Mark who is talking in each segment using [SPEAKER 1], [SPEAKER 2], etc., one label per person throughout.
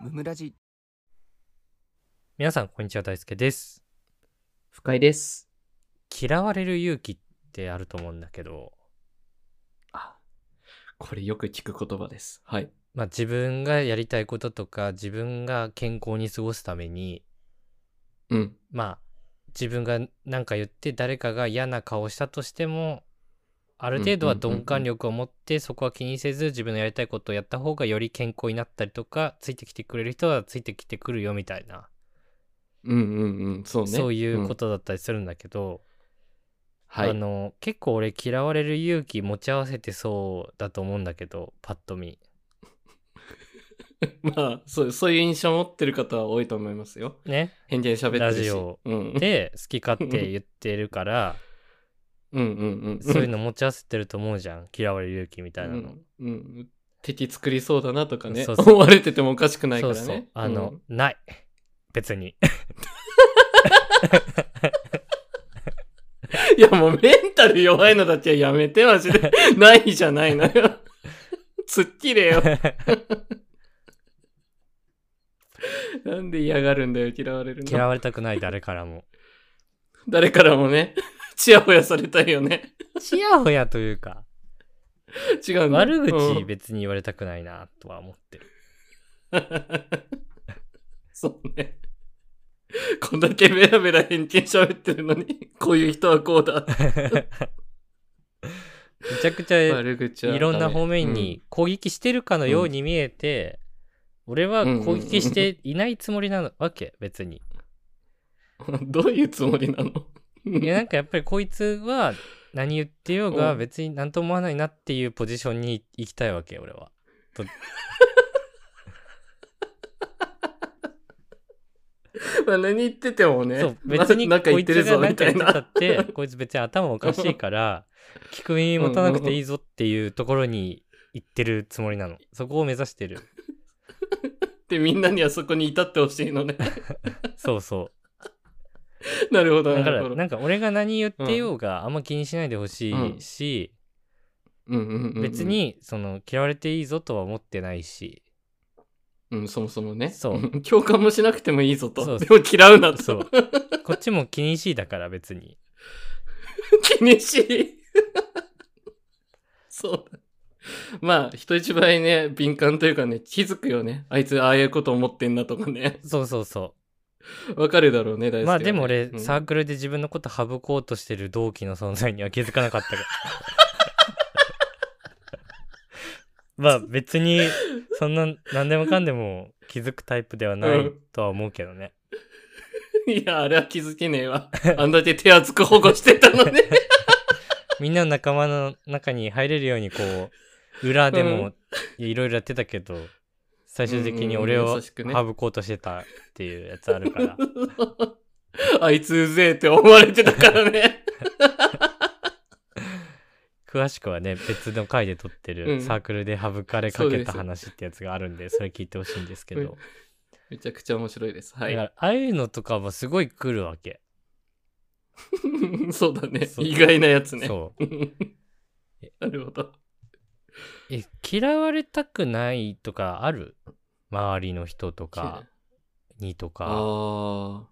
[SPEAKER 1] ムムラジ
[SPEAKER 2] 皆さん、こんにちは。大輔です。
[SPEAKER 3] 不快です。
[SPEAKER 2] 嫌われる勇気ってあると思うんだけど、
[SPEAKER 3] あ、これよく聞く言葉です。はい。
[SPEAKER 2] まあ自分がやりたいこととか、自分が健康に過ごすために、
[SPEAKER 3] うん。
[SPEAKER 2] まあ自分が何か言って誰かが嫌な顔をしたとしても、ある程度は鈍感力を持って、そこは気にせず自分のやりたいことをやった方がより健康になったりとか、ついてきてくれる人はついてきてくるよみたいな、
[SPEAKER 3] うんうんうん。そうね。
[SPEAKER 2] そういうこ
[SPEAKER 3] ん
[SPEAKER 2] とだったりするんだけど、
[SPEAKER 3] はい。
[SPEAKER 2] あの結構俺嫌われる勇気持ち合わせてそうだと思うんだけどパッと見
[SPEAKER 3] まあそう、そういう印象を持ってる方は多いと思いますよ。
[SPEAKER 2] ね
[SPEAKER 3] 偏見喋ってるし。
[SPEAKER 2] ラジオ
[SPEAKER 3] うん。
[SPEAKER 2] で好き勝手言ってるから
[SPEAKER 3] うんうんうん。
[SPEAKER 2] そういうの持ち合わせてると思うじゃん嫌われる勇気みたいな
[SPEAKER 3] う
[SPEAKER 2] の
[SPEAKER 3] ん、うん。敵作りそうだなとかね。
[SPEAKER 2] そうそう
[SPEAKER 3] 思われててもおかしくない
[SPEAKER 2] そ
[SPEAKER 3] から
[SPEAKER 2] う
[SPEAKER 3] ね。
[SPEAKER 2] そうあの、
[SPEAKER 3] うん
[SPEAKER 2] ない別に
[SPEAKER 3] いやもうメンタル弱いのだけはやめて、マ ジで。ないじゃないのよ。つっきれよ。 なんで嫌がるんだよ、嫌われるの。
[SPEAKER 2] 嫌われたくない誰からも
[SPEAKER 3] 誰からもね、 ちやほやされたいよね。
[SPEAKER 2] ちやほやというか
[SPEAKER 3] 違うんだ
[SPEAKER 2] 悪口
[SPEAKER 3] うん
[SPEAKER 2] 別に言われたくないなとは思ってる
[SPEAKER 3] そうね。こんだけベラベラ偏見喋ってるのに、こういう人はこうだ。
[SPEAKER 2] めちゃくちゃ
[SPEAKER 3] 悪口はダメ。
[SPEAKER 2] いろんな方面に攻撃してるかのように見えて、俺は攻撃していないつもりなわけ別に。
[SPEAKER 3] うん、どういうつもりなの
[SPEAKER 2] いやなんかやっぱりこいつは何言ってようが
[SPEAKER 3] うん
[SPEAKER 2] 別に何とも思わないなっていうポジションに行きたいわけ俺は。
[SPEAKER 3] まあ何言っててもね、
[SPEAKER 2] そう別に
[SPEAKER 3] ななんか
[SPEAKER 2] こ
[SPEAKER 3] 言
[SPEAKER 2] い
[SPEAKER 3] って
[SPEAKER 2] つ
[SPEAKER 3] るぞ
[SPEAKER 2] が何
[SPEAKER 3] み
[SPEAKER 2] か
[SPEAKER 3] た
[SPEAKER 2] 言っ
[SPEAKER 3] い
[SPEAKER 2] てた
[SPEAKER 3] な。
[SPEAKER 2] ってこいつ別に頭おかしいから聞く耳持たなくていいぞっていうところに行ってるつもりなの。そこを目指してる。
[SPEAKER 3] で、みんなにはそこに至ってほしい のね。
[SPEAKER 2] そうそう。
[SPEAKER 3] なるほど、
[SPEAKER 2] だか
[SPEAKER 3] なるほ
[SPEAKER 2] ら
[SPEAKER 3] ど。
[SPEAKER 2] なんか俺が何言ってようがあんま気にしないでほしいし、
[SPEAKER 3] うんうんうんうん
[SPEAKER 2] 別、にその嫌われていいぞとは思ってないし
[SPEAKER 3] うん、そもそもね。。
[SPEAKER 2] そうん
[SPEAKER 3] 共感もしなくてもいいぞ
[SPEAKER 2] そう
[SPEAKER 3] と。でも嫌うな
[SPEAKER 2] そ
[SPEAKER 3] と
[SPEAKER 2] う。こっちも気にしいだから別に
[SPEAKER 3] 気にしい。 そう。まあ、人一倍ね、敏感というかね、気づくよね。あいつああいうこと思ってんなとかね。
[SPEAKER 2] そうそうそ
[SPEAKER 3] わかるだろうね、大好き、
[SPEAKER 2] うまあでも俺、
[SPEAKER 3] うん
[SPEAKER 2] サークルで自分のこと省こうとしてる同期の存在には気づかなか ったからまあ別にそんな何でもかんでも気づくタイプではな
[SPEAKER 3] う
[SPEAKER 2] い
[SPEAKER 3] ん
[SPEAKER 2] とは思うけどね、
[SPEAKER 3] いや、あれは気づけねえわ。あんだけ手厚く保護してたのね。
[SPEAKER 2] みんなの仲間の中に入れるようにこう裏でもいろいろやってたけど、最終的に俺
[SPEAKER 3] うんうん
[SPEAKER 2] を
[SPEAKER 3] 優しくね
[SPEAKER 2] 省こうとしてたっていうやつある から、
[SPEAKER 3] あいつうぜえって思われてたからね。
[SPEAKER 2] 詳しくはね別の回で撮って
[SPEAKER 3] う
[SPEAKER 2] る
[SPEAKER 3] ん
[SPEAKER 2] サークルで省かれかけた
[SPEAKER 3] そうで
[SPEAKER 2] 話ってやつがあるんでそれ聞いてほしいんですけど、
[SPEAKER 3] うんめちゃくちゃ面白いです。は
[SPEAKER 2] だから
[SPEAKER 3] い。
[SPEAKER 2] ああいうのとかもすごい来るわけ、
[SPEAKER 3] そうだね。
[SPEAKER 2] そう
[SPEAKER 3] 意外なやつね。
[SPEAKER 2] そう
[SPEAKER 3] なるほど。
[SPEAKER 2] え嫌われたくないとかある周りの人とかにとか
[SPEAKER 3] ああ。うん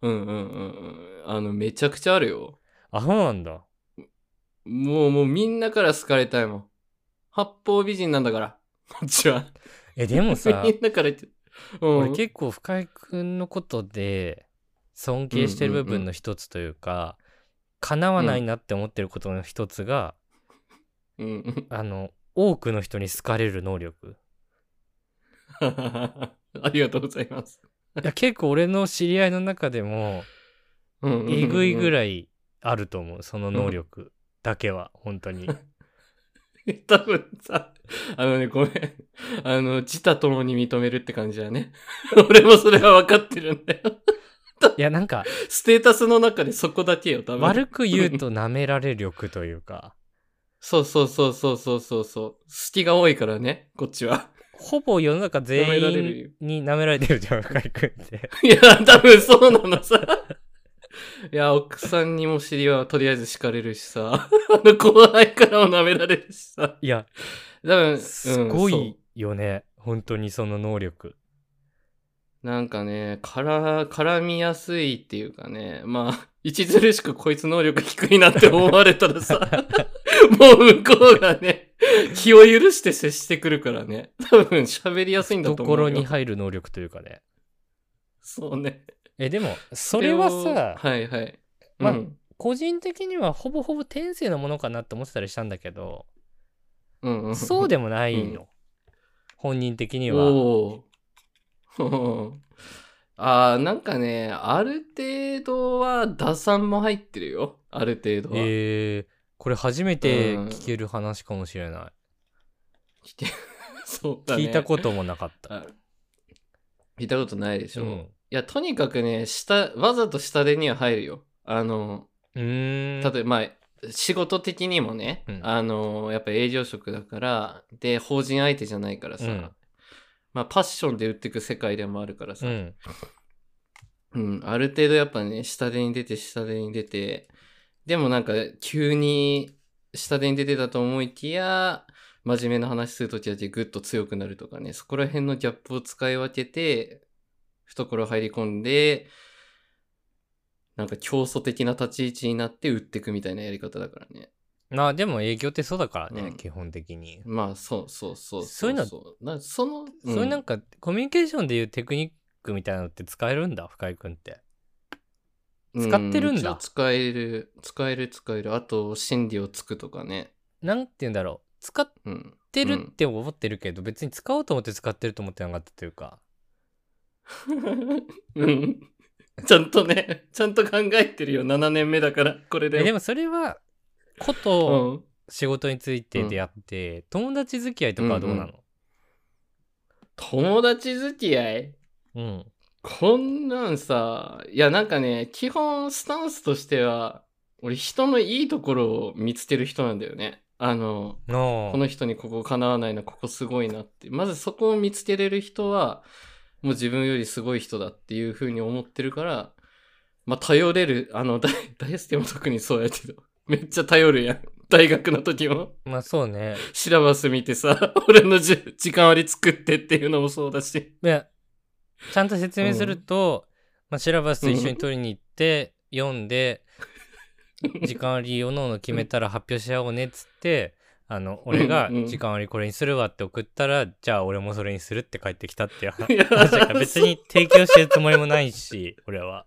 [SPEAKER 3] うんうんうん。あの、めちゃくちゃあるよ。
[SPEAKER 2] あそうなんだ
[SPEAKER 3] もうもうみんなから好かれたいもん。八方美人なんだから。こっちは。
[SPEAKER 2] えでもさ
[SPEAKER 3] みんなから言って。うん
[SPEAKER 2] 俺結構深井君のことで尊敬してる部分の一つというか、叶わないなって思ってることの一つが、
[SPEAKER 3] うんうん。
[SPEAKER 2] あの多くの人に好かれる能力
[SPEAKER 3] ありがとうございます。
[SPEAKER 2] いや結構俺の知り合いの中でもえ
[SPEAKER 3] え
[SPEAKER 2] ぐいぐ
[SPEAKER 3] い。
[SPEAKER 2] らいあると思うその能力だけは本当 に
[SPEAKER 3] 多分さ、あのね、ごめん。あの、自他ともに認めるって感じだね。 俺もそれは分かってるんだよ。
[SPEAKER 2] いやなんか
[SPEAKER 3] ステータスの中でそこだけよ、多分。
[SPEAKER 2] 悪く言うと舐められ力というか
[SPEAKER 3] そうそうそうそうそうそうそう。隙が多いからね、こっちは。
[SPEAKER 2] ほぼ世の中全
[SPEAKER 3] 舐められ
[SPEAKER 2] 員
[SPEAKER 3] る
[SPEAKER 2] に舐められてるじゃん深井君って
[SPEAKER 3] いや、多分そうなのさ。いや、奥さんにも尻はとりあえず敷かれるしさ。あの後輩からも舐められるしさ。
[SPEAKER 2] いや
[SPEAKER 3] 多分、うん
[SPEAKER 2] すご
[SPEAKER 3] そう
[SPEAKER 2] いよね、本当にその能力
[SPEAKER 3] なんかね、から、絡みやすいっていうかね、まあ、著しくこいつ能力低いなって思われた らさ、もう向こうがね、気を許して接してくるからね、多分喋りやすいんだと思うよ。
[SPEAKER 2] 懐に入る能力というかね。
[SPEAKER 3] そうね。
[SPEAKER 2] え、でも、それは
[SPEAKER 3] そ
[SPEAKER 2] さ、
[SPEAKER 3] はいはい。
[SPEAKER 2] まあ
[SPEAKER 3] うん、
[SPEAKER 2] 個人的にはほぼほぼ天性のものかなって思ってたりしたんだけど、
[SPEAKER 3] うんうん、
[SPEAKER 2] そうでもないの。
[SPEAKER 3] う
[SPEAKER 2] 本人的には。
[SPEAKER 3] おお。 あーなんかね、ある程度は打算も入ってるよ。ある程度は。
[SPEAKER 2] えー、これ初めて聞ける話かもしれない。
[SPEAKER 3] 聞いて そうだね
[SPEAKER 2] 聞いたこともなかった。
[SPEAKER 3] あ聞いたことないでし
[SPEAKER 2] う
[SPEAKER 3] ょ。い
[SPEAKER 2] ん。
[SPEAKER 3] や、とにかくね、下、わざと下手には入るよ。あの、
[SPEAKER 2] うーん。
[SPEAKER 3] 例えば、まあ、仕事的にもね、
[SPEAKER 2] うん
[SPEAKER 3] あの、やっぱ営業職だから、で、法人相手じゃないからさ、
[SPEAKER 2] うん
[SPEAKER 3] まあ、パッションで売ってく世界でもあるからさ、
[SPEAKER 2] うん。
[SPEAKER 3] うん、ある程度やっぱね、下手に出て、下手に出て、でもなんか、急に下手に出てたと思いきや、真面目な話するときだけぐっと強くなるとかね、そこら辺のギャップを使い分けて、懐入り込んで、なんか競争的な立ち位置になって売ってくみたいなやり方だからね。
[SPEAKER 2] まあでも営業ってそうだからね、
[SPEAKER 3] うん
[SPEAKER 2] 基本的に。
[SPEAKER 3] まあ、そうそうそう
[SPEAKER 2] そういうの
[SPEAKER 3] そうなその、
[SPEAKER 2] そういうなん
[SPEAKER 3] か、
[SPEAKER 2] かコミュニケーションでいうテクニックみたいなのって使えるんだ深井君って
[SPEAKER 3] う
[SPEAKER 2] 使ってるんだ
[SPEAKER 3] 一応使える、使える、使える。あと、心理をつくとかね。
[SPEAKER 2] なんて言うんだろう使っ
[SPEAKER 3] うん。
[SPEAKER 2] てるって思ってるけど、別に使おうと思って使ってると思ってなかったというか
[SPEAKER 3] うん。ちゃんとね、ちゃんと考えてるよ。7年目だから、これで。
[SPEAKER 2] えでもそれはこ
[SPEAKER 3] う
[SPEAKER 2] と
[SPEAKER 3] ん。
[SPEAKER 2] 仕事について出会って、友達付き合いとかはどうなの
[SPEAKER 3] 友達付き合い
[SPEAKER 2] うん、
[SPEAKER 3] こんなんさ、いやなんかね、基本スタンスとしては、俺人のいいところを見つける人なんだよね。あの、
[SPEAKER 2] の
[SPEAKER 3] この人にここ叶わないな、ここすごいなって。まずそこを見つけれる人は、もう自分よりすごい人だっていうふうに思ってるから、まあ頼れる、あの、大 大輔も特にそうやけど、めっちゃ頼るやん。大学の時も、
[SPEAKER 2] まあそうね
[SPEAKER 3] シラバス見てさ、 俺のじゅ時間割り作ってっていうのもそうだし。
[SPEAKER 2] いやちゃんと説明すると、まあ、シラバスと一緒に取りに行って、読んで時間割りおのおの決めたら発表し合おうねっつってあの俺が
[SPEAKER 3] うんうん
[SPEAKER 2] 時間割りこれにするわって送ったらじゃあ俺もそれにするって帰ってきたっていう話
[SPEAKER 3] いや
[SPEAKER 2] だから別に提供してるつもりもないし俺は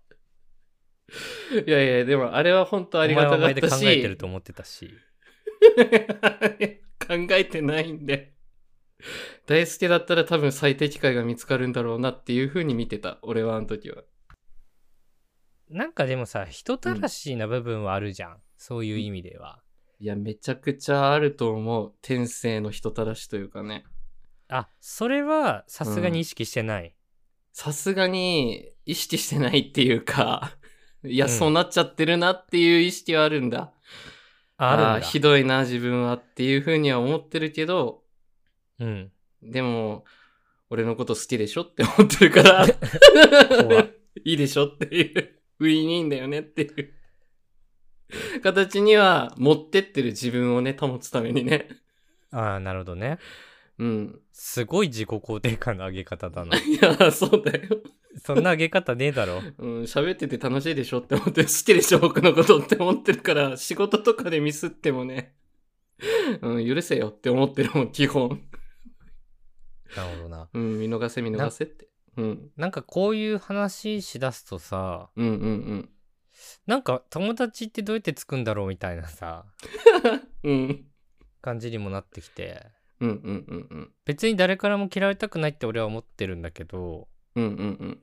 [SPEAKER 3] そういやいや、でもあれは本当ありがた
[SPEAKER 2] お
[SPEAKER 3] か
[SPEAKER 2] 前は
[SPEAKER 3] っ
[SPEAKER 2] お前で
[SPEAKER 3] た
[SPEAKER 2] 考
[SPEAKER 3] し。
[SPEAKER 2] えてると思ってたし
[SPEAKER 3] 考えてないんで。大輔だったら多分最適解が見つかるんだろうなっていう風に見てた。俺はあの時は。
[SPEAKER 2] なんかでもさ人たらしな部分はあるじゃん、そういう意味ではい
[SPEAKER 3] や、めちゃくちゃあると思う。天性の人たらしというかね。
[SPEAKER 2] あそれはさすがに意識してない、
[SPEAKER 3] さすがに意識してないっていうか、いや、
[SPEAKER 2] うん
[SPEAKER 3] そうなっちゃってるなっていう意識はあるんだ。
[SPEAKER 2] ああ
[SPEAKER 3] ー
[SPEAKER 2] るんだ
[SPEAKER 3] ひどいな、自分はっていう風には思ってるけど、
[SPEAKER 2] うん
[SPEAKER 3] でも、俺のこと好きでしょって思ってるから、
[SPEAKER 2] 怖い
[SPEAKER 3] いいでしょっていう、ウィンウィンだよねっていう。形には、持ってってる自分をね、保つためにね。
[SPEAKER 2] ああなるほどね
[SPEAKER 3] うん。
[SPEAKER 2] すごい自己肯定感の上げ方だな
[SPEAKER 3] いや、そうだよ。
[SPEAKER 2] そんな上げ方ねえだろ
[SPEAKER 3] うん、喋ってて楽しいでしょって思って、好きでしょ僕のことって思ってるから、仕事とかでミスってもね、うん、許せよって思ってるもん、基本。
[SPEAKER 2] なるほどな
[SPEAKER 3] うん、見逃せ見逃せって。うん。
[SPEAKER 2] なんかこういう話しだすとさ
[SPEAKER 3] うんうん
[SPEAKER 2] なんか友達ってどうやってつくんだろうみたいなさ
[SPEAKER 3] うん。うん。
[SPEAKER 2] 感じにもなってきて
[SPEAKER 3] うんうんうんうん。
[SPEAKER 2] 別に誰からも嫌われたくないって俺は思ってるんだけど
[SPEAKER 3] うんうんうん。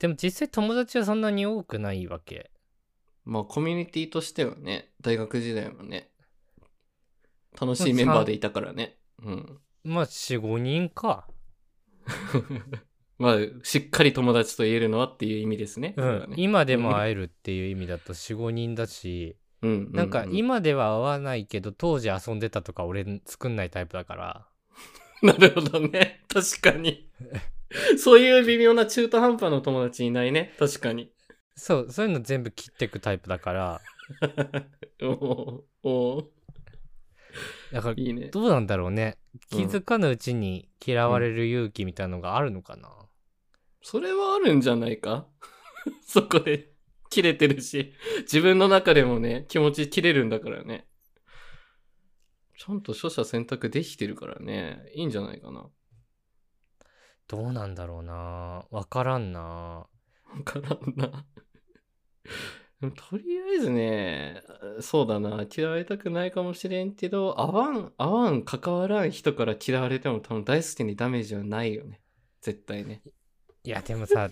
[SPEAKER 2] でも実際友達はそんなに多くないわけ
[SPEAKER 3] まあ、コミュニティとしてはね、大学時代もね、楽しいメンバーでいたからね。うん。
[SPEAKER 2] まあ45人か
[SPEAKER 3] まあ、しっかり友達と言えるのはっていう意味ですね。
[SPEAKER 2] う
[SPEAKER 3] それは
[SPEAKER 2] ん
[SPEAKER 3] ね
[SPEAKER 2] 今でも会えるっていう意味だと45人だし
[SPEAKER 3] うんうんうん
[SPEAKER 2] なんか今では会わないけど当時遊んでたとか俺作んないタイプだから
[SPEAKER 3] なるほどね。確かに。そういう微妙な中途半端な友達いないね。確かに。
[SPEAKER 2] そうそういうの全部切ってくタイプだ から
[SPEAKER 3] おーお
[SPEAKER 2] だから
[SPEAKER 3] ーいいね。
[SPEAKER 2] どうなんだろうね
[SPEAKER 3] うん
[SPEAKER 2] 気づかぬうちに嫌われる勇気みたいのがあるのかな、
[SPEAKER 3] それはあるんじゃないか そこで切れてるし、自分の中でもね、気持ち切れるんだからね。ちゃんと取捨選択できてるからね、いいんじゃないかな。 わ
[SPEAKER 2] どうなんだろうなわからんな
[SPEAKER 3] からんな。 でもとりあえずね、そうだな、嫌われたくないかもしれんけど、合わん、合わん、関わらん人から嫌われても多分大好きにダメージはないよね。絶対ね。
[SPEAKER 2] いやでも さ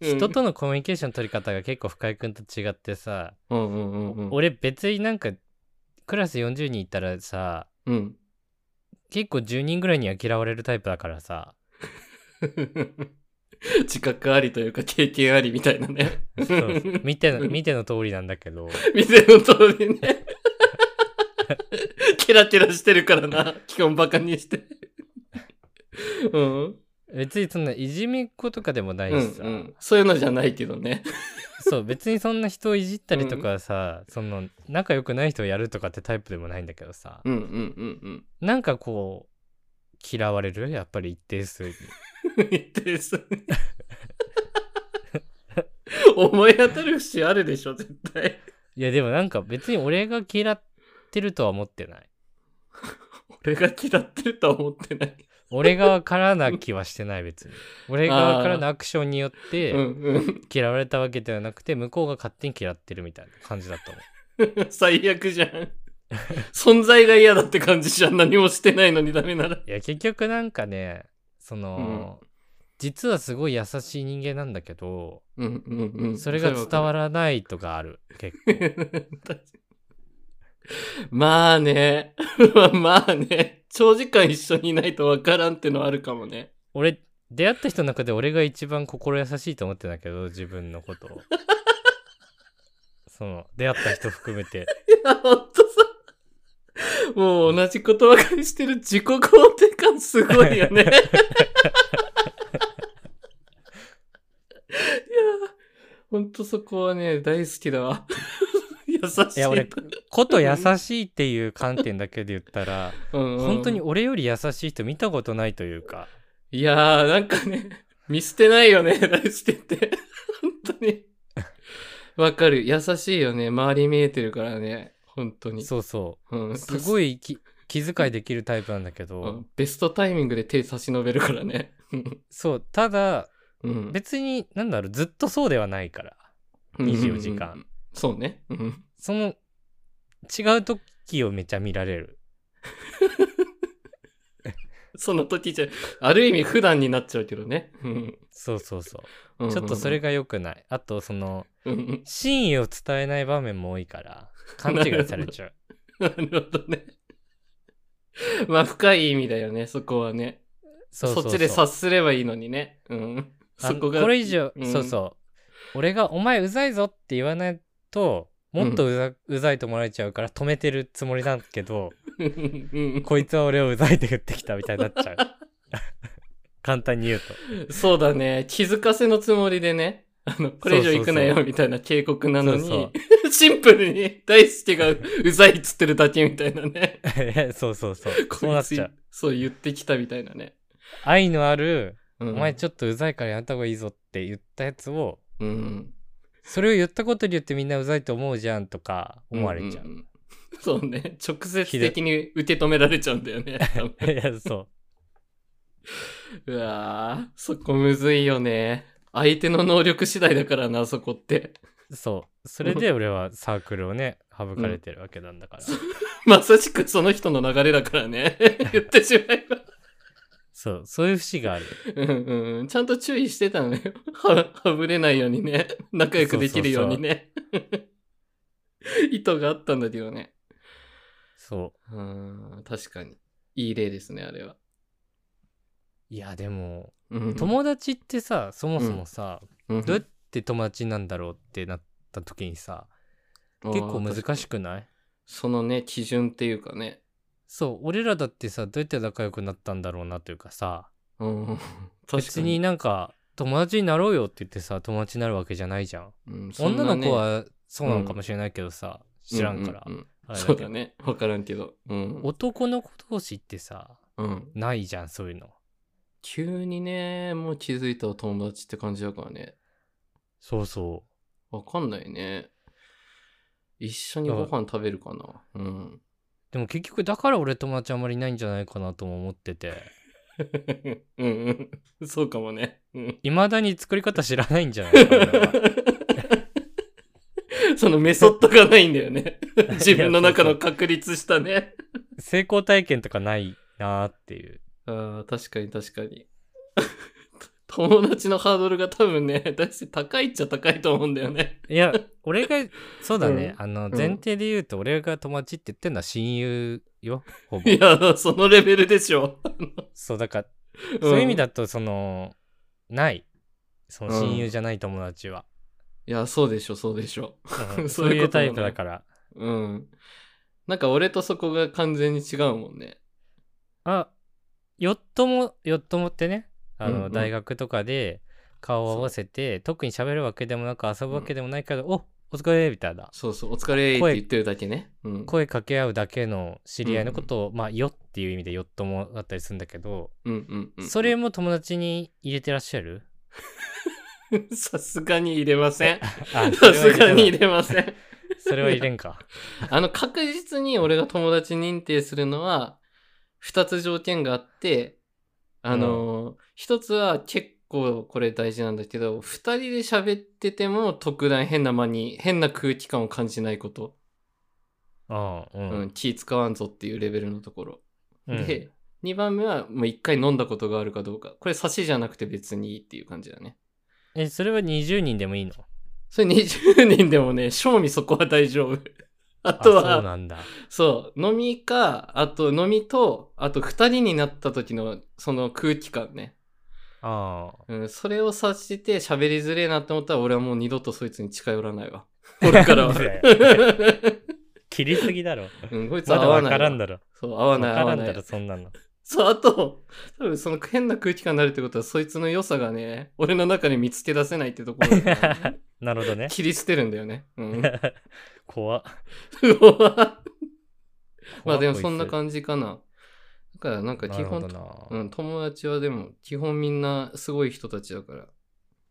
[SPEAKER 2] 人とのコミュニケーション取り方が結構深井君と違ってさ、
[SPEAKER 3] うんうんうんうん。
[SPEAKER 2] 俺別になんかクラス40人いたらさ
[SPEAKER 3] うん。
[SPEAKER 2] 結構10人ぐらいには嫌われるタイプだからさ
[SPEAKER 3] 自覚ありというか経験ありみたいなね。
[SPEAKER 2] そう見て の見ての通りなんだけど
[SPEAKER 3] 店の通りね。 キラキラしてるからな。基本バカにして。うん。
[SPEAKER 2] 別にそんないじめっ子とかでもないうし
[SPEAKER 3] ん
[SPEAKER 2] さ、
[SPEAKER 3] うん、そういうのじゃないけどね。
[SPEAKER 2] そう別にそんな人をいじったりとかさ、その仲良くない人をやるとかってタイプでもないんだけどさ、
[SPEAKER 3] うんうん
[SPEAKER 2] なんかこう嫌われるやっぱり一定数に
[SPEAKER 3] うんうん。一定数ね。 思い当たる節あるでしょ、絶対。
[SPEAKER 2] いやでもなんか別に俺が嫌ってるとは思ってない
[SPEAKER 3] 俺が嫌ってるとは思ってない。
[SPEAKER 2] 俺側からな気はしてない 別に俺側からのアクションによっ
[SPEAKER 3] うん
[SPEAKER 2] て
[SPEAKER 3] うん。
[SPEAKER 2] 嫌われたわけではなくて向こうが勝手に嫌ってるみたいな感じだと思う
[SPEAKER 3] 最悪じゃん。存在が嫌だって感じじゃん。何もしてないのにダメなら。
[SPEAKER 2] いや結局なんかねその、実はすごい優しい人間なんだけど
[SPEAKER 3] うんうんうん。
[SPEAKER 2] それが伝わ
[SPEAKER 3] る。
[SPEAKER 2] らないとかある結構
[SPEAKER 3] まあね。 まあね。長時間一緒にいないとわからんってのはあるかもね。
[SPEAKER 2] 俺出会った人の中で俺が一番心優しいと思ってんだけど自分の ことをその出会った人含めて
[SPEAKER 3] いや、ほんとさ。もう同じことばかりしてる自己肯定感すごい よね。いや、ほんとそこはね、大好きだわ。 優し
[SPEAKER 2] い
[SPEAKER 3] い。
[SPEAKER 2] や俺こと優しいっていう観点だけで言ったら
[SPEAKER 3] うんうん
[SPEAKER 2] 本当に俺より優しい人見たことないというか
[SPEAKER 3] いやー、なんかね、見捨てないよね、 大好きって。本当に。わかる。優しいよね。周り見えてるからね。本当に。、
[SPEAKER 2] そうそううんすごいき気遣いできるタイプなんだけ
[SPEAKER 3] う
[SPEAKER 2] ど、
[SPEAKER 3] んベストタイミングで手差し伸べるからね。
[SPEAKER 2] そうただ
[SPEAKER 3] うん、
[SPEAKER 2] 別に何だろうずっとそうではないから24時間
[SPEAKER 3] うん。そうね。うん
[SPEAKER 2] その違う時をめちゃ見られる
[SPEAKER 3] その時じゃ、ある意味普段になっちゃうけどね。うん
[SPEAKER 2] そうそうそう
[SPEAKER 3] うんうん
[SPEAKER 2] ちょっとそれが良くないあとその
[SPEAKER 3] うんうん
[SPEAKER 2] 真意を伝えない場面も多い から勘違いされちゃう
[SPEAKER 3] なるほどね。まあ、深い意味だよね、そこはね。
[SPEAKER 2] そう
[SPEAKER 3] そっちで察すればいいのにね。うん。
[SPEAKER 2] あ
[SPEAKER 3] そこが。
[SPEAKER 2] これ以上、
[SPEAKER 3] ん
[SPEAKER 2] そうそう俺が「お前うざいぞ」って言わないともっとうざ,、うざいと思われちゃうから止めてるつもりなんだけ ど
[SPEAKER 3] うん
[SPEAKER 2] こいつは俺をうざいって言ってきたみたいになっちゃう 簡単に言うと
[SPEAKER 3] そうだね。気づかせのつもりでね。あの、これ以上行くな
[SPEAKER 2] そうそ
[SPEAKER 3] よ、みたいな警告なのに、
[SPEAKER 2] そう
[SPEAKER 3] シンプルに大輔がうざいっつってるだけみたいなね。
[SPEAKER 2] そうそうそう
[SPEAKER 3] こい つ
[SPEAKER 2] そうなっちゃう
[SPEAKER 3] そう言ってきたみたいなね。
[SPEAKER 2] 愛のある
[SPEAKER 3] う
[SPEAKER 2] 「お
[SPEAKER 3] ん、
[SPEAKER 2] 前ちょっとうざいからやめた方がいいぞ」って言ったやつを
[SPEAKER 3] うん、
[SPEAKER 2] それを言ったことによってみんなうざいと思うじゃんとか思われちゃう、
[SPEAKER 3] んんん そうね。直接的に受け止められちゃうんだよね。多 分
[SPEAKER 2] いやそう
[SPEAKER 3] わぁ、そこむずいよね。相手の能力次第だからな、そこって。
[SPEAKER 2] うそうそれで俺はサークルをね省かれてるわけなんだから、
[SPEAKER 3] まさしくその人の流れだからね。 言ってしまえば。
[SPEAKER 2] そうそういう節がある
[SPEAKER 3] うんうん、ちゃんと注意してたのよ。は、はぶれないようにね。仲良くできるようにね。 意図があったんだけどね。
[SPEAKER 2] そう
[SPEAKER 3] うん、確かに。いい例ですね、あれは。
[SPEAKER 2] いやでも
[SPEAKER 3] うん、
[SPEAKER 2] 友達ってさそもそもさ、
[SPEAKER 3] うん
[SPEAKER 2] どうやって友達なんだろうってなった時にさ、結構
[SPEAKER 3] あー確
[SPEAKER 2] 難
[SPEAKER 3] かに
[SPEAKER 2] しくない
[SPEAKER 3] そのね、基準っていうかね。
[SPEAKER 2] そう俺らだってさどうやって仲良くなったんだろうなというかさ
[SPEAKER 3] うん、確かに。
[SPEAKER 2] 別になんか友達になろうよって言ってさ友達になるわけじゃないじゃん
[SPEAKER 3] うんそん
[SPEAKER 2] 女
[SPEAKER 3] なね
[SPEAKER 2] の子はそうなのかもしれないけどさ、知らんから、
[SPEAKER 3] うう
[SPEAKER 2] あれだけど
[SPEAKER 3] そうだね。わからんけど。うん。
[SPEAKER 2] 男の子同士ってさ
[SPEAKER 3] うん。
[SPEAKER 2] ないじゃんそういうの
[SPEAKER 3] 急にね、もう気づいたら友達って感じだからね。
[SPEAKER 2] そうそ
[SPEAKER 3] わかんないね。一緒にご飯食べるかな。 うん。
[SPEAKER 2] う。でも結局だから俺友達あんまりいないんじゃないかなとも思ってて。
[SPEAKER 3] うんうん。そうかもね。うん。
[SPEAKER 2] いまだに作り方知らないんじゃないかな俺 は
[SPEAKER 3] そのメソッドがないんだよね。自分の中の確立したね。
[SPEAKER 2] 成功体験とかないなーっていう。
[SPEAKER 3] ああ、確かに確かに。 友達のハードルが多分ね、 だして高いっちゃ高いと思うんだよね。
[SPEAKER 2] いや、俺が、そうだね。
[SPEAKER 3] う
[SPEAKER 2] あの、前提で言うと、俺が友達って言ってんのは親友よ、ほぼ
[SPEAKER 3] い。や、そのレベルでしょ。
[SPEAKER 2] そう、だから、
[SPEAKER 3] ん
[SPEAKER 2] そういう意味だと、その、ない。その
[SPEAKER 3] うん
[SPEAKER 2] 親友じゃない友達は。
[SPEAKER 3] いや、そうでしょ、そうでしょ。
[SPEAKER 2] うん
[SPEAKER 3] そ
[SPEAKER 2] そうう
[SPEAKER 3] い
[SPEAKER 2] いうう
[SPEAKER 3] こと
[SPEAKER 2] タ
[SPEAKER 3] なの
[SPEAKER 2] イプだから。
[SPEAKER 3] うん。なんか俺とそこが完全に違うもんね。
[SPEAKER 2] あ、よっとも、よっともってね、あの、
[SPEAKER 3] うんうん
[SPEAKER 2] 大学とかで顔を合わせて、特に喋るわけでもなく遊ぶわけでもないけど、おお疲れみたいな。
[SPEAKER 3] そうそう、お疲れって言ってるだけね。うん。
[SPEAKER 2] 声かけ合うだけの知り合いのことを、まあ、よっていう意味でよっともだったりするんだけど、
[SPEAKER 3] うんうんうん。
[SPEAKER 2] それも友達に入れてらっしゃる
[SPEAKER 3] さすがに入れません。
[SPEAKER 2] あそ
[SPEAKER 3] さ
[SPEAKER 2] れは
[SPEAKER 3] すがに
[SPEAKER 2] 入れ
[SPEAKER 3] 入れません。
[SPEAKER 2] それは入れんか。
[SPEAKER 3] あの、確実に俺が友達認定するのは、二つ条件があって、あのー、一、つは結構これ大事なんだけど、二人で喋ってても特段変な間に、変な空気感を感じないこと。
[SPEAKER 2] ああ、う。
[SPEAKER 3] うんん、気使わんぞっていうレベルのところ。
[SPEAKER 2] うん
[SPEAKER 3] で、2番目は、もう1回飲んだことがあるかどうか。これ、差しじゃなくて別にいいっていう感じだね。
[SPEAKER 2] え、それは20人でもいいの
[SPEAKER 3] それ20人でもね、賞味そこは大丈夫。あ
[SPEAKER 2] あそ
[SPEAKER 3] と
[SPEAKER 2] う
[SPEAKER 3] は、
[SPEAKER 2] なんだ。
[SPEAKER 3] そう飲みか、あと飲みと、あと2人になった時のその空気感ね。
[SPEAKER 2] ああ。
[SPEAKER 3] うん、それを察して喋りづれえなって思ったら、俺はもう二度とそいつに近寄 らないわ。俺からは
[SPEAKER 2] なん。で切りすぎだろ。
[SPEAKER 3] うん、こいつ
[SPEAKER 2] ま
[SPEAKER 3] 合
[SPEAKER 2] だ
[SPEAKER 3] わ
[SPEAKER 2] わ
[SPEAKER 3] ないわ。
[SPEAKER 2] からんだろ。
[SPEAKER 3] そう、合わ
[SPEAKER 2] わ
[SPEAKER 3] ない
[SPEAKER 2] か
[SPEAKER 3] 合
[SPEAKER 2] ら
[SPEAKER 3] わ
[SPEAKER 2] ん
[SPEAKER 3] な
[SPEAKER 2] だ
[SPEAKER 3] い
[SPEAKER 2] ろ、。そんなの。
[SPEAKER 3] そう、あと、多分その変な空気感になるってことは、そいつの良さがね、俺の中で見つけ出せないってとこ ろだからね
[SPEAKER 2] なるほどね。
[SPEAKER 3] 切り捨てるんだよね。 うん。
[SPEAKER 2] 怖っ
[SPEAKER 3] まあでもそんな
[SPEAKER 2] じ。
[SPEAKER 3] 感じかな。だからなんか基
[SPEAKER 2] な
[SPEAKER 3] 本
[SPEAKER 2] る、ほど
[SPEAKER 3] う
[SPEAKER 2] な。
[SPEAKER 3] ん、友達はでも基本みんなすごい人たちだから。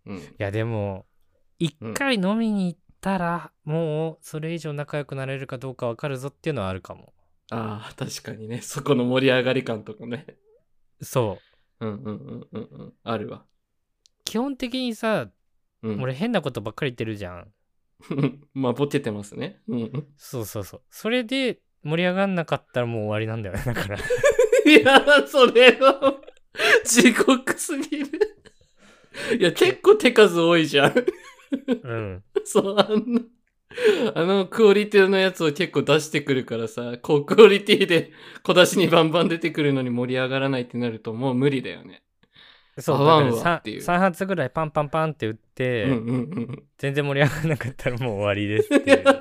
[SPEAKER 3] うん。
[SPEAKER 2] いや、でも、一回飲みに行ったら、もう、それ以上仲良くなれるかどうかわかるぞっていうのはあるかも。
[SPEAKER 3] ああ、確かにね。そこの盛り上がり感とかね。
[SPEAKER 2] そう。
[SPEAKER 3] うんうんうんうんうん。あるわ。
[SPEAKER 2] 基本的にさ、
[SPEAKER 3] うん。
[SPEAKER 2] 俺変なことばっかり言ってるじゃん。
[SPEAKER 3] まあ、ボケてますね。うん。
[SPEAKER 2] そうそうそう。それで盛り上がんなかったらもう終わりなんだよね。だ から。
[SPEAKER 3] いやー、それは、地獄すぎる。いや、結構手数多いじゃん。
[SPEAKER 2] うん。
[SPEAKER 3] そう、あんな、あのクオリティのやつを結構出してくるからさ、高クオリティで小出しにバンバン出てくるのに盛り上がらないってなるともう無理だよね。
[SPEAKER 2] そう、
[SPEAKER 3] 合わんわ
[SPEAKER 2] だから
[SPEAKER 3] っていう
[SPEAKER 2] 3発ぐらいパンパンパンって打って、
[SPEAKER 3] うんうんうん。
[SPEAKER 2] 全然盛り上がらなかったらもう終わりですっていう。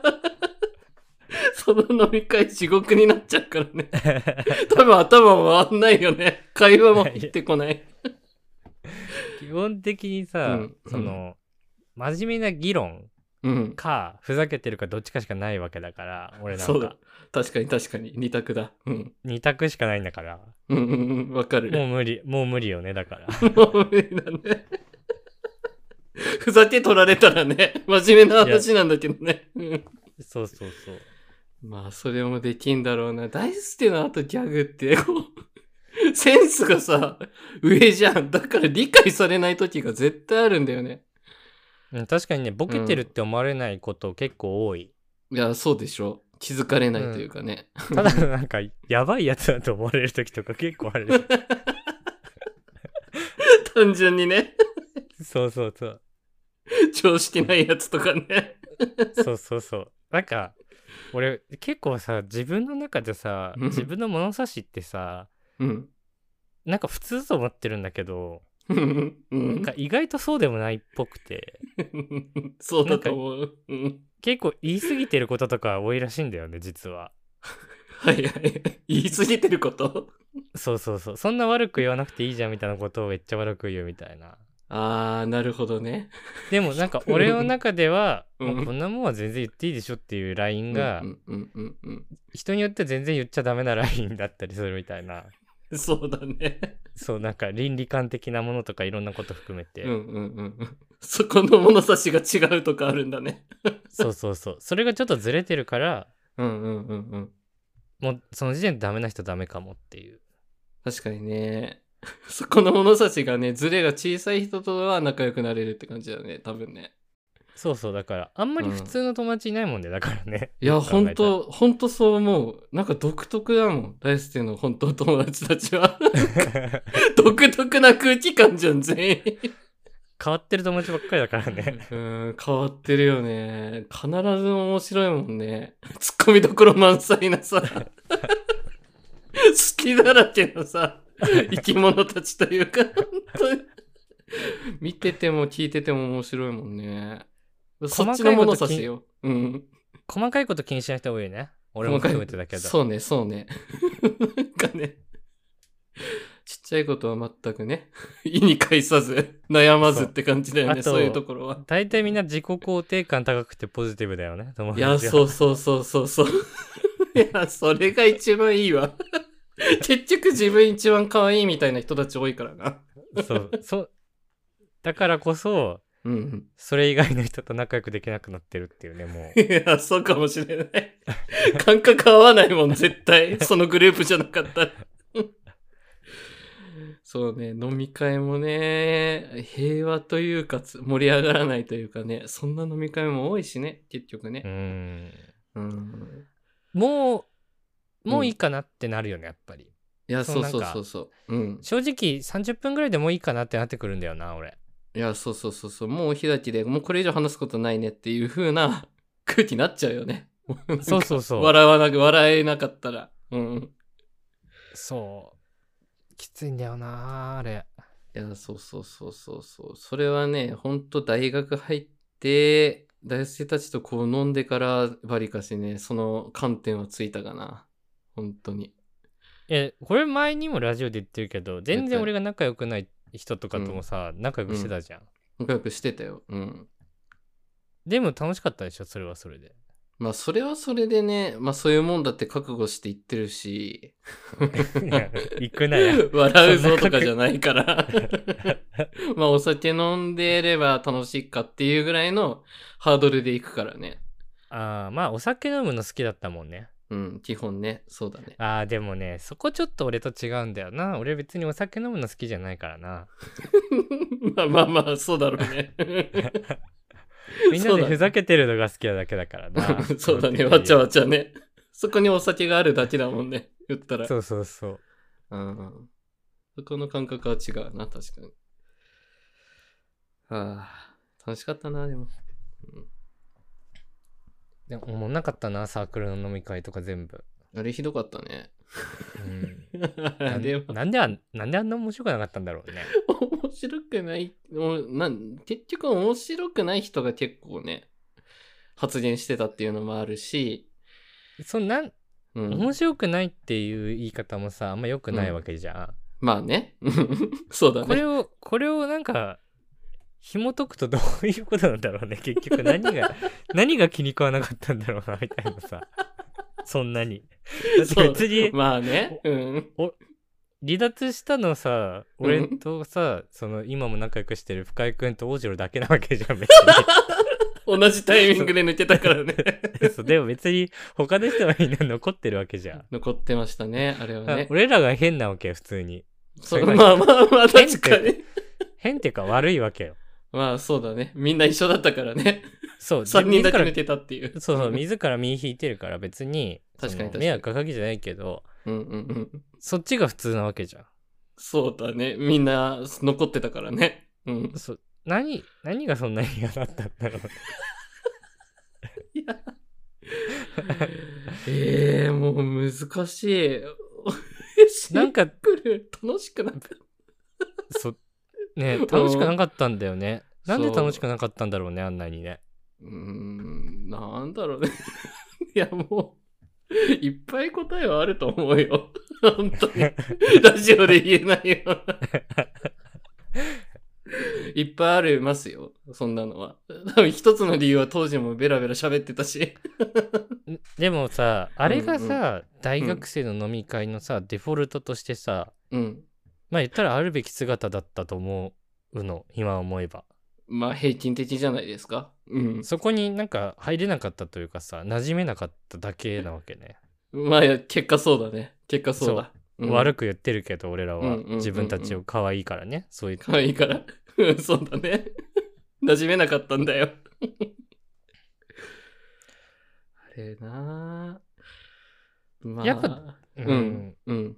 [SPEAKER 3] その飲み会地獄になっちゃうからね。 多分頭も回んないよね。会話も入ってこない。
[SPEAKER 2] 基本的にさ、
[SPEAKER 3] うん
[SPEAKER 2] その、真面目な議論
[SPEAKER 3] うん。
[SPEAKER 2] か、ふざけてるかどっちかしかないわけだから、俺なん
[SPEAKER 3] そうだ
[SPEAKER 2] か。。
[SPEAKER 3] 確かに確かに。二択だ。うん。
[SPEAKER 2] 二択しかないんだから。
[SPEAKER 3] うんうんうん。わかる。
[SPEAKER 2] もう無理、もう無理よね、だから。
[SPEAKER 3] もう 無理だね。ふざけ取られたらね、真面目な話なんだけどね。うん
[SPEAKER 2] そうそうそう。
[SPEAKER 3] まあ、それもできんだろうな。大輔の後ギャグって、こう、センスがさ、上じゃん。だから理解されない時が絶対あるんだよね。
[SPEAKER 2] うん、確かにね、ボケてるって思われないこと結構多い。
[SPEAKER 3] いや、そうでしょ。気づかれないというかね。
[SPEAKER 2] ただのなんか、やばいやつだと思われる時とか結構あ る。
[SPEAKER 3] 単純にね、
[SPEAKER 2] そうそうそう。
[SPEAKER 3] 常識ないやつとかね。
[SPEAKER 2] そうそうそう。なんか、俺結構さ、自分の中でさ、
[SPEAKER 3] うん
[SPEAKER 2] 自分の物差しってさ、
[SPEAKER 3] うん。
[SPEAKER 2] なんか普通と思ってるんだけど、
[SPEAKER 3] うんう
[SPEAKER 2] なん
[SPEAKER 3] ん
[SPEAKER 2] か意外とそうでもないっぽくて、
[SPEAKER 3] そうだと思う。うん
[SPEAKER 2] 結構言い過ぎてることとか多いらしいんだよね、実は。
[SPEAKER 3] はいはい。言い過ぎてること
[SPEAKER 2] そうそうそう。そんな悪く言わなくていいじゃんみたいなことをめっちゃ悪く言うみたいな。
[SPEAKER 3] あー、なるほどね。
[SPEAKER 2] でも なんか俺の中では、
[SPEAKER 3] うん
[SPEAKER 2] もうこんなもんは全然言っていいでしょっていうラインが
[SPEAKER 3] う、んうんうんうん
[SPEAKER 2] 人によっては全然言っちゃダメなラインだったりするみたいな。
[SPEAKER 3] うん。そうだね。
[SPEAKER 2] そうなんか倫理観的なものとかいろんなこと含めて、
[SPEAKER 3] うんうんうんうん。そこの物差しが違うとかあるんだね。
[SPEAKER 2] そうそうそうそれがちょっとずれてるから
[SPEAKER 3] うんうんうんうん。
[SPEAKER 2] もうその時点でダメな人ダメかもっていう
[SPEAKER 3] 確かにね。 そこの物差しがね、ズレが小さい人とは仲良くなれるって感じだね、多分ね。
[SPEAKER 2] そうそうだからあんまり普通の友達いないもんで、だからね
[SPEAKER 3] いや、
[SPEAKER 2] 考えたら
[SPEAKER 3] 本当本当そう思う。なんか独特だもん。ライステの本当友達た ちは。独特な空気感じゃん、全員。
[SPEAKER 2] 変わってる友達ばっかりだから ね
[SPEAKER 3] うん、変わってるよね。必ず面白いもんね。ツッコミどころ満載なさ。好きだらけのさ、生き物たちというか、本当に。見てても聞いてても面白いもんね。そっちの物差しよ。うん。
[SPEAKER 2] 細かいこと気にしない人多いよね俺も含めてだけど
[SPEAKER 3] そうね、そうね。 なんかね。ちっちゃいことは全くね、 意に介さず、悩まずって感じだよね、
[SPEAKER 2] そうあと
[SPEAKER 3] そういうところは。
[SPEAKER 2] 大体みんな自己肯定感高くてポジティブだよね友
[SPEAKER 3] い
[SPEAKER 2] 達は
[SPEAKER 3] や、そうそうそうそう そう。いや、それが一番いいわ。 結局自分一番可愛いみたいな人たち多いからな。
[SPEAKER 2] そうそうだからこそ
[SPEAKER 3] うん。
[SPEAKER 2] それ以外の人と仲良くできなくなってるっていうねも
[SPEAKER 3] いや、そうかもしれない。感覚合わないもん、絶対。そのグループじゃなかったら。そうね、飲み会もね、平和というか、つ盛り上がらないというかね、そんな飲み会も多いしね、結局
[SPEAKER 2] うう
[SPEAKER 3] ね。
[SPEAKER 2] ん
[SPEAKER 3] うん。
[SPEAKER 2] もうもういいかなってなるよねやっぱり
[SPEAKER 3] いや、
[SPEAKER 2] そ
[SPEAKER 3] そううそう
[SPEAKER 2] なんか
[SPEAKER 3] そうそう。うん。
[SPEAKER 2] 正直30分ぐらいでもういいかなってなってくるんだよな俺
[SPEAKER 3] いや、そうそうそうそう、もう開きで、もうこれ以上話すことないねっていう風な空気になっちゃうよね。
[SPEAKER 2] そうそうそう
[SPEAKER 3] 笑わなく、笑えなかったら。うん。
[SPEAKER 2] そうきついんだよなあれ
[SPEAKER 3] いや、そうそうそうそうそう。それはね、ほんと大学入って、大生たちとこう飲んでからバリかしね、その観点はついたかな。本当に。
[SPEAKER 2] えこれ前にもラジオで言ってるけど全
[SPEAKER 3] 絶対
[SPEAKER 2] 然俺が仲良くない人とかともさ、仲良くしてたじゃん、
[SPEAKER 3] 仲良くしてたよ。うん。
[SPEAKER 2] でも楽しかったでしょそれはそれで
[SPEAKER 3] まあ、それはそれでね、まあ、そういうもんだって覚悟して言ってるし、
[SPEAKER 2] いや 行くなよ
[SPEAKER 3] 笑うぞとかじゃないから。 まあ、お酒飲んでれば楽しいかっていうぐらいのハードルでいくからね。
[SPEAKER 2] あーまあお酒飲むの好きだったもんね
[SPEAKER 3] うん、基本ね、そうだね。
[SPEAKER 2] あーでもねそこちょっと俺と違うんだよな俺別にお酒飲むの好きじゃないからな
[SPEAKER 3] まあまあまあ、そうだろうね。
[SPEAKER 2] みんなでふざけてるのが好きなだけだからな
[SPEAKER 3] そうだね、わちゃ
[SPEAKER 2] わ
[SPEAKER 3] わちゃね。そこにお酒があるだけだもんね、言ったら。
[SPEAKER 2] そうそうそう
[SPEAKER 3] うん。そこの感覚は違うな、確かに。はあ、楽しかったな、でも。
[SPEAKER 2] でももうなかったなサークルの飲み会とか全部、
[SPEAKER 3] あれひどかった ね。
[SPEAKER 2] うん、
[SPEAKER 3] あれは
[SPEAKER 2] ななんであんなんであんな面白くなかったんだろうね
[SPEAKER 3] 面白くないおなん結局面白くない人が結構ね発言してたっていうのもあるし、
[SPEAKER 2] そんなん
[SPEAKER 3] うん
[SPEAKER 2] 面白くないっていう言い方もさあんま良くないわけじゃ
[SPEAKER 3] まあね そうだ
[SPEAKER 2] ん、これ
[SPEAKER 3] ね
[SPEAKER 2] をこれをなんか紐解くとどういうことなんだ ろうね結局何が何が気に食わなかったんだろうなみたいなさそんなにだって
[SPEAKER 3] そう
[SPEAKER 2] 別に
[SPEAKER 3] まあね うん
[SPEAKER 2] 離脱したのさ
[SPEAKER 3] うん
[SPEAKER 2] 俺とさ、その今も仲良くしてる深井君と大城だけなわけじゃん別 に
[SPEAKER 3] 同じタイミングで抜けたからね
[SPEAKER 2] そうでも別に他の人はみんな残ってるわけじゃん、
[SPEAKER 3] 残ってましたねあれはね
[SPEAKER 2] 俺らが変なわけよ普通に
[SPEAKER 3] そ
[SPEAKER 2] れ
[SPEAKER 3] う
[SPEAKER 2] が
[SPEAKER 3] まあまあまあ確か
[SPEAKER 2] 変
[SPEAKER 3] に
[SPEAKER 2] 変っていうか悪いわけよ
[SPEAKER 3] まあそうだねみんな一緒だったからね
[SPEAKER 2] そう
[SPEAKER 3] 3人だけ
[SPEAKER 2] 自ら
[SPEAKER 3] 抜けたっていう
[SPEAKER 2] そうそう、自ら身引いてるから別に、
[SPEAKER 3] 確かに
[SPEAKER 2] その
[SPEAKER 3] 確かに
[SPEAKER 2] 迷惑かかけじゃないけど、
[SPEAKER 3] うんうんうん
[SPEAKER 2] そっちが普通なわけじゃ
[SPEAKER 3] そうだねみんな残ってたからねうん
[SPEAKER 2] ん。そ何、何がそんなに嫌だったんだろう。
[SPEAKER 3] いや。ええもう難しい。 シ
[SPEAKER 2] な
[SPEAKER 3] ン
[SPEAKER 2] んか、
[SPEAKER 3] プル、楽しくなった。
[SPEAKER 2] そ、 ね、楽しくなかったんだよね。
[SPEAKER 3] そ
[SPEAKER 2] な
[SPEAKER 3] うん
[SPEAKER 2] で楽しくなかったんだろうね、あんなにね。
[SPEAKER 3] うーん、なんだろうね。 いや、もう、いっぱい答えはあると思うよ。 本当に。ラジオで言えない よ。いっぱいありますよ。そんなのは。多分一つの理由は当時もベラベラ喋ってたし。
[SPEAKER 2] んでもさ、あれがさ、大
[SPEAKER 3] うん
[SPEAKER 2] 学生の飲み会のさ、デフォルトとしてさ、
[SPEAKER 3] うん。
[SPEAKER 2] まあ言ったらあるべき姿だったと思うの今思えば
[SPEAKER 3] まあ平均的じゃないですか。うん。
[SPEAKER 2] そこになんか入れなかったというかさ馴染めなかっただけなわけね、
[SPEAKER 3] まあいや結果そうだね。結果そうだ。うん
[SPEAKER 2] 悪く言ってるけど俺らは
[SPEAKER 3] うんうんうんうん
[SPEAKER 2] 自分たちを可愛いからねそういう
[SPEAKER 3] 可愛いから。 うんそうだね。馴染めなかったんだよ。あれなぁ。まあ。
[SPEAKER 2] やっぱ、う
[SPEAKER 3] うんん、うん。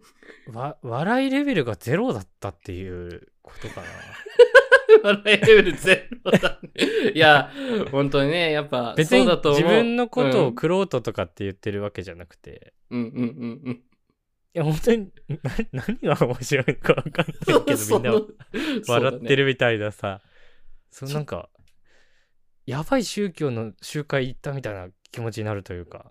[SPEAKER 2] わ笑いレベルがゼロだったっていうこと かな
[SPEAKER 3] 笑いレベルゼロだね。いや、本当にね、やっぱ、
[SPEAKER 2] 別に
[SPEAKER 3] そうだと思う
[SPEAKER 2] 自分のことを
[SPEAKER 3] うん
[SPEAKER 2] クロートとかって言ってるわけじゃなくて、
[SPEAKER 3] うんうんうんうん。
[SPEAKER 2] いや本当にな何が面白いか分かん ないけどみんな笑って
[SPEAKER 3] る。
[SPEAKER 2] るみたいなさそう,、なんかやばい宗教の集会行ったみたいな気持ちになるというか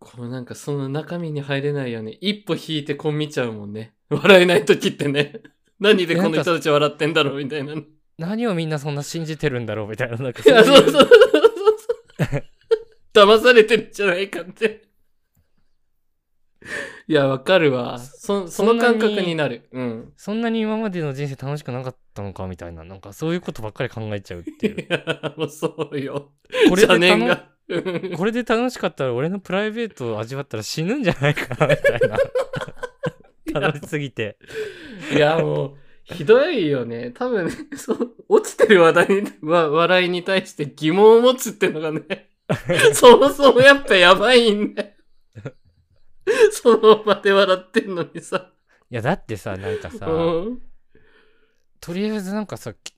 [SPEAKER 3] こうなんかその中身に入れないよね。一歩引いてこう見ちゃうもんね。笑えない時ってね。何でこの人たち笑ってんだろうみたいな。い
[SPEAKER 2] 何をみんなそんな信じてるんだろうみたいななんか
[SPEAKER 3] や、
[SPEAKER 2] そうい
[SPEAKER 3] そううそうそうそうそう。 騙されてるんじゃないかって。いや、わかるわ。そその感覚になる。うん。
[SPEAKER 2] そんなに今までの人生楽しくなかったのかみたいななんかそういうことばっかり考えちゃうっていう
[SPEAKER 3] いや、もうそうよ。
[SPEAKER 2] これで
[SPEAKER 3] 邪念
[SPEAKER 2] 楽
[SPEAKER 3] が。うん
[SPEAKER 2] これで楽しかったら俺のプライベートを味わったら死ぬんじゃないかなみたい な楽しすぎて
[SPEAKER 3] いや、もう、ひどいよね。多分、そう、落ちてる話題に、わ笑いに対して疑問を持つっての がね、そもそもやっぱやばいんだよ。その場で笑ってんのにさ。
[SPEAKER 2] いやだってさなんかさ
[SPEAKER 3] うん。
[SPEAKER 2] とりあえずなんかさき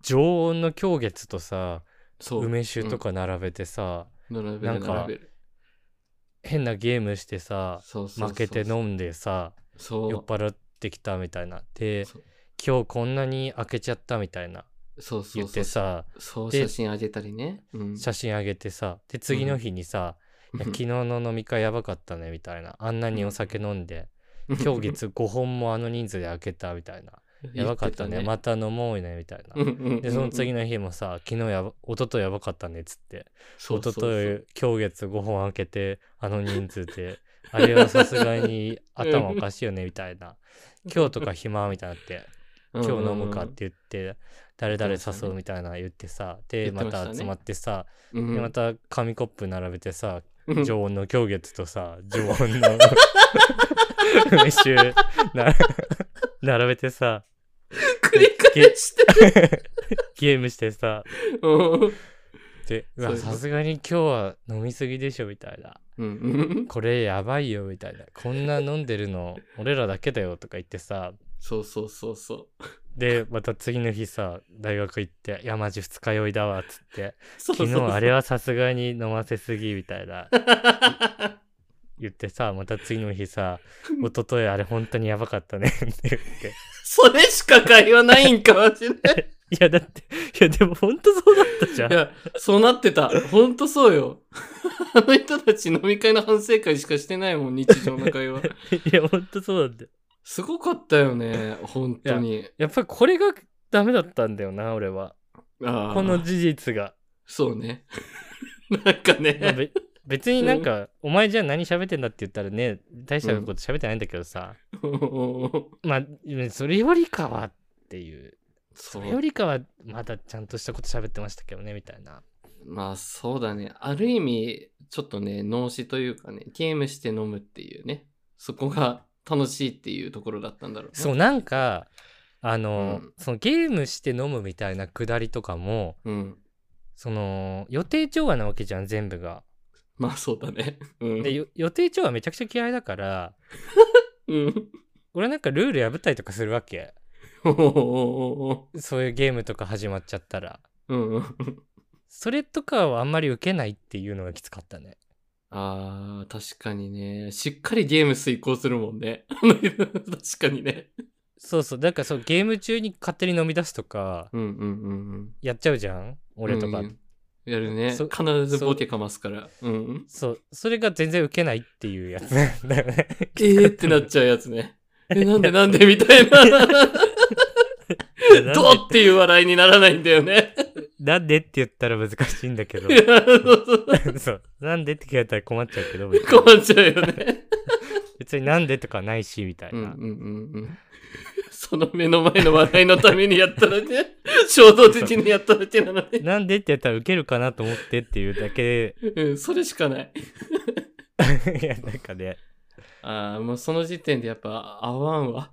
[SPEAKER 2] 常温の狂月とさ
[SPEAKER 3] そう。
[SPEAKER 2] 梅酒とか並べてさ、
[SPEAKER 3] 並べ
[SPEAKER 2] な
[SPEAKER 3] る、
[SPEAKER 2] んか
[SPEAKER 3] 並べる。
[SPEAKER 2] 変なゲームしてさ
[SPEAKER 3] そうそうそう。
[SPEAKER 2] 負けて飲んでさ
[SPEAKER 3] そう。
[SPEAKER 2] 酔っ払ってきたみたいなで
[SPEAKER 3] そう
[SPEAKER 2] 今日こんなに開けちゃったみたいな
[SPEAKER 3] そうそう
[SPEAKER 2] 言って
[SPEAKER 3] そう。
[SPEAKER 2] さ
[SPEAKER 3] そう、
[SPEAKER 2] で
[SPEAKER 3] 写真あげたりね。うん。
[SPEAKER 2] 写真あげてさで次の日にさ、いや 昨日の飲み会やばかったねみたいなあんなにお酒飲んで、今日月5本もあの人数で開けたみた いなやばかったねまた飲もうねみたいな、
[SPEAKER 3] た
[SPEAKER 2] でその次
[SPEAKER 3] の、
[SPEAKER 2] の日もさ昨日やば一昨日やばかったねっつって
[SPEAKER 3] そ
[SPEAKER 2] 一
[SPEAKER 3] うそう
[SPEAKER 2] 昨
[SPEAKER 3] そう
[SPEAKER 2] 日今月5本開けてあの人数で あれはさすがに頭おかしいよねみたいな今日とか暇みたいになって今日飲むかって言って誰々誘うみたいな言ってさで
[SPEAKER 3] 言って
[SPEAKER 2] ま
[SPEAKER 3] ましたね
[SPEAKER 2] た集まってさ
[SPEAKER 3] うんうん
[SPEAKER 2] で
[SPEAKER 3] うん
[SPEAKER 2] また紙コップ並べてさ
[SPEAKER 3] うん
[SPEAKER 2] 常温の狂月とさ常温の 梅酒な並べてさ
[SPEAKER 3] 繰り返して
[SPEAKER 2] ゲームしてさ
[SPEAKER 3] うん
[SPEAKER 2] でうわ
[SPEAKER 3] そういうこと
[SPEAKER 2] さすがに今日は飲みすぎでしょみたいな
[SPEAKER 3] うん
[SPEAKER 2] これやばいよみたいなこんな飲んでるの俺らだけだよとか言ってさ
[SPEAKER 3] そうそうそうそう。
[SPEAKER 2] でまた次の日さ大学行って「いやマジ二日酔いだわ」っつって「
[SPEAKER 3] そう
[SPEAKER 2] 昨
[SPEAKER 3] そう
[SPEAKER 2] 日
[SPEAKER 3] そう
[SPEAKER 2] あれはさすがに飲ませすぎ」みたい な言ってさまた次の日さ「一昨日あれ本当にやばかったね」って言って。
[SPEAKER 3] それしか会話ないんかもしれ ない。
[SPEAKER 2] いやだっていやでも本当そうだったじゃん
[SPEAKER 3] いや、そうなってた。ほんとそうよ。 あの人たち飲み会の反省会しかしてないもん、日常の会話。
[SPEAKER 2] いや本当そうだって
[SPEAKER 3] すごかったよね、本当に。
[SPEAKER 2] やっぱりこれがダメだったんだよな俺は
[SPEAKER 3] ああ
[SPEAKER 2] この事実が
[SPEAKER 3] そうね。 なんか
[SPEAKER 2] まあ
[SPEAKER 3] ね。
[SPEAKER 2] べ別になんか、お前じゃあ何喋ってんだって言ったらね、大したこと喋ってないんだけどさ、まあ、それよりかはっていう、
[SPEAKER 3] そ
[SPEAKER 2] それよ
[SPEAKER 3] う。
[SPEAKER 2] りかはまだちゃんとしたこと喋ってましたけどね、みたいな。
[SPEAKER 3] まあそうだね。ある意味、ちょっとね、脳死というかね、ゲームして飲むっていうね。そこが楽しいっていうところだったんだろうね。
[SPEAKER 2] そう、なんか、あの、
[SPEAKER 3] うん
[SPEAKER 2] そのゲームして飲むみたいなくだりとかも、
[SPEAKER 3] うん。
[SPEAKER 2] その予定調和なわけじゃん全部が。
[SPEAKER 3] まあそうだね。うん。
[SPEAKER 2] でよ予定調和めちゃくちゃ嫌いだから
[SPEAKER 3] うん。
[SPEAKER 2] 俺なんかルール破ったりとかするわけ
[SPEAKER 3] おーお
[SPEAKER 2] そういうゲームとか始まっちゃったら
[SPEAKER 3] ーおーうん。
[SPEAKER 2] それとかはあんまり受けないっていうのがきつかったね
[SPEAKER 3] ああ、確かにね。しっかりゲーム遂行するもんね。 確かにね。
[SPEAKER 2] そうそうだからそうゲーム中に勝手に飲み出すとか
[SPEAKER 3] うんうんうんうん。
[SPEAKER 2] やっちゃうじゃん俺とか、
[SPEAKER 3] うんやるね。
[SPEAKER 2] そ
[SPEAKER 3] 必ずボケかますから。うん。
[SPEAKER 2] そうそれが全然受けないっていうやつなんだよね
[SPEAKER 3] えーってなっちゃうやつ ね。え、なんでなんでみたいな。
[SPEAKER 2] なんで
[SPEAKER 3] どうっていう笑いにならないんだよね。
[SPEAKER 2] なんでって言ったら難しいんだけど
[SPEAKER 3] いやそうそう
[SPEAKER 2] そうなんでって聞かれたら困っちゃうけど 別に
[SPEAKER 3] 困っちゃうよね。
[SPEAKER 2] 別になんでとかないしみたい
[SPEAKER 3] うん
[SPEAKER 2] な、
[SPEAKER 3] うんうんうん。その目の前の話題のためにやったらけ、衝動的にやっただけなのに。
[SPEAKER 2] なんでってやったらウケるかなと思ってっていうだけ
[SPEAKER 3] うん、それしかない。
[SPEAKER 2] いやなんかね
[SPEAKER 3] ああ、もうその時点でやっぱ合わんわ。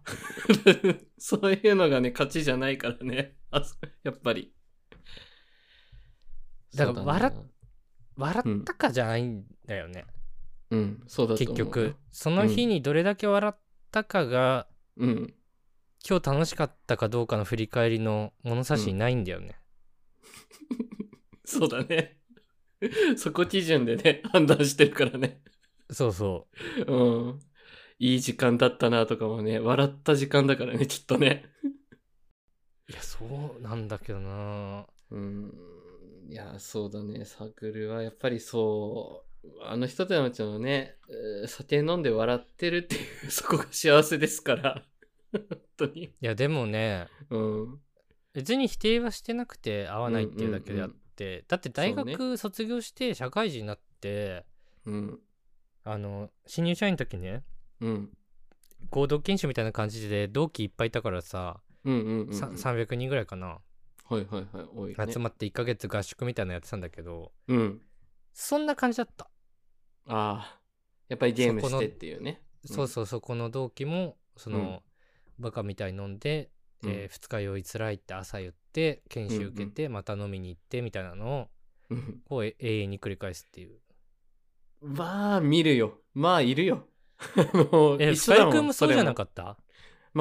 [SPEAKER 3] そういうのがね、勝ちじゃないからね。あそやっぱり。
[SPEAKER 2] だから笑っ
[SPEAKER 3] そうだな
[SPEAKER 2] 笑ったかじゃないんだよね、
[SPEAKER 3] うん、そうだと思
[SPEAKER 2] 結
[SPEAKER 3] う。
[SPEAKER 2] 局。その日にどれだけ笑ったかが、
[SPEAKER 3] うん。
[SPEAKER 2] 今日楽しかったかどうかの振り返りの物差しにないんだよね、
[SPEAKER 3] そうだね。そこ基準でね、判断してるからね。
[SPEAKER 2] そうそう
[SPEAKER 3] うん。いい時間だったなとかもね、笑った時間だからね、きっとね。
[SPEAKER 2] いやそうなんだけどな
[SPEAKER 3] うん。いや、そうだね。サークルはやっぱりそう、あの人たちのね、えー酒飲んで笑ってるっていう、そこが幸せですから。本当に。
[SPEAKER 2] いやでもね
[SPEAKER 3] うん。
[SPEAKER 2] 別に否定はしてなくて合わないっていうだけであって、だって大
[SPEAKER 3] そう
[SPEAKER 2] 学卒業して社会人になって、
[SPEAKER 3] うん。
[SPEAKER 2] あの新入社員の時ね
[SPEAKER 3] うん。
[SPEAKER 2] 合同研修みたいな感じで同期いっぱいいたからさ、
[SPEAKER 3] うんうんうんうん。
[SPEAKER 2] さ300人ぐらいかな、
[SPEAKER 3] はいはいはい。多い、ね。
[SPEAKER 2] 集まって1ヶ月合宿みたいなのやってたんだけど
[SPEAKER 3] うん。
[SPEAKER 2] そんな感じだった、
[SPEAKER 3] ああ。やっぱりゲーム
[SPEAKER 2] そこの
[SPEAKER 3] してっていうね。
[SPEAKER 2] そうそうそこの同期もその、バカみたいに飲んで、
[SPEAKER 3] うん。
[SPEAKER 2] え2日酔いつらいって朝言って研修受けて、また飲みに行ってみたいなのを
[SPEAKER 3] うん
[SPEAKER 2] こうえ永遠に繰り返すっていう
[SPEAKER 3] まあ、見るよ。まあ、いるよ。もう
[SPEAKER 2] え
[SPEAKER 3] 一緒
[SPEAKER 2] 深
[SPEAKER 3] だ
[SPEAKER 2] 井
[SPEAKER 3] も
[SPEAKER 2] 君
[SPEAKER 3] ん。
[SPEAKER 2] もそうじゃな
[SPEAKER 3] か
[SPEAKER 2] かっ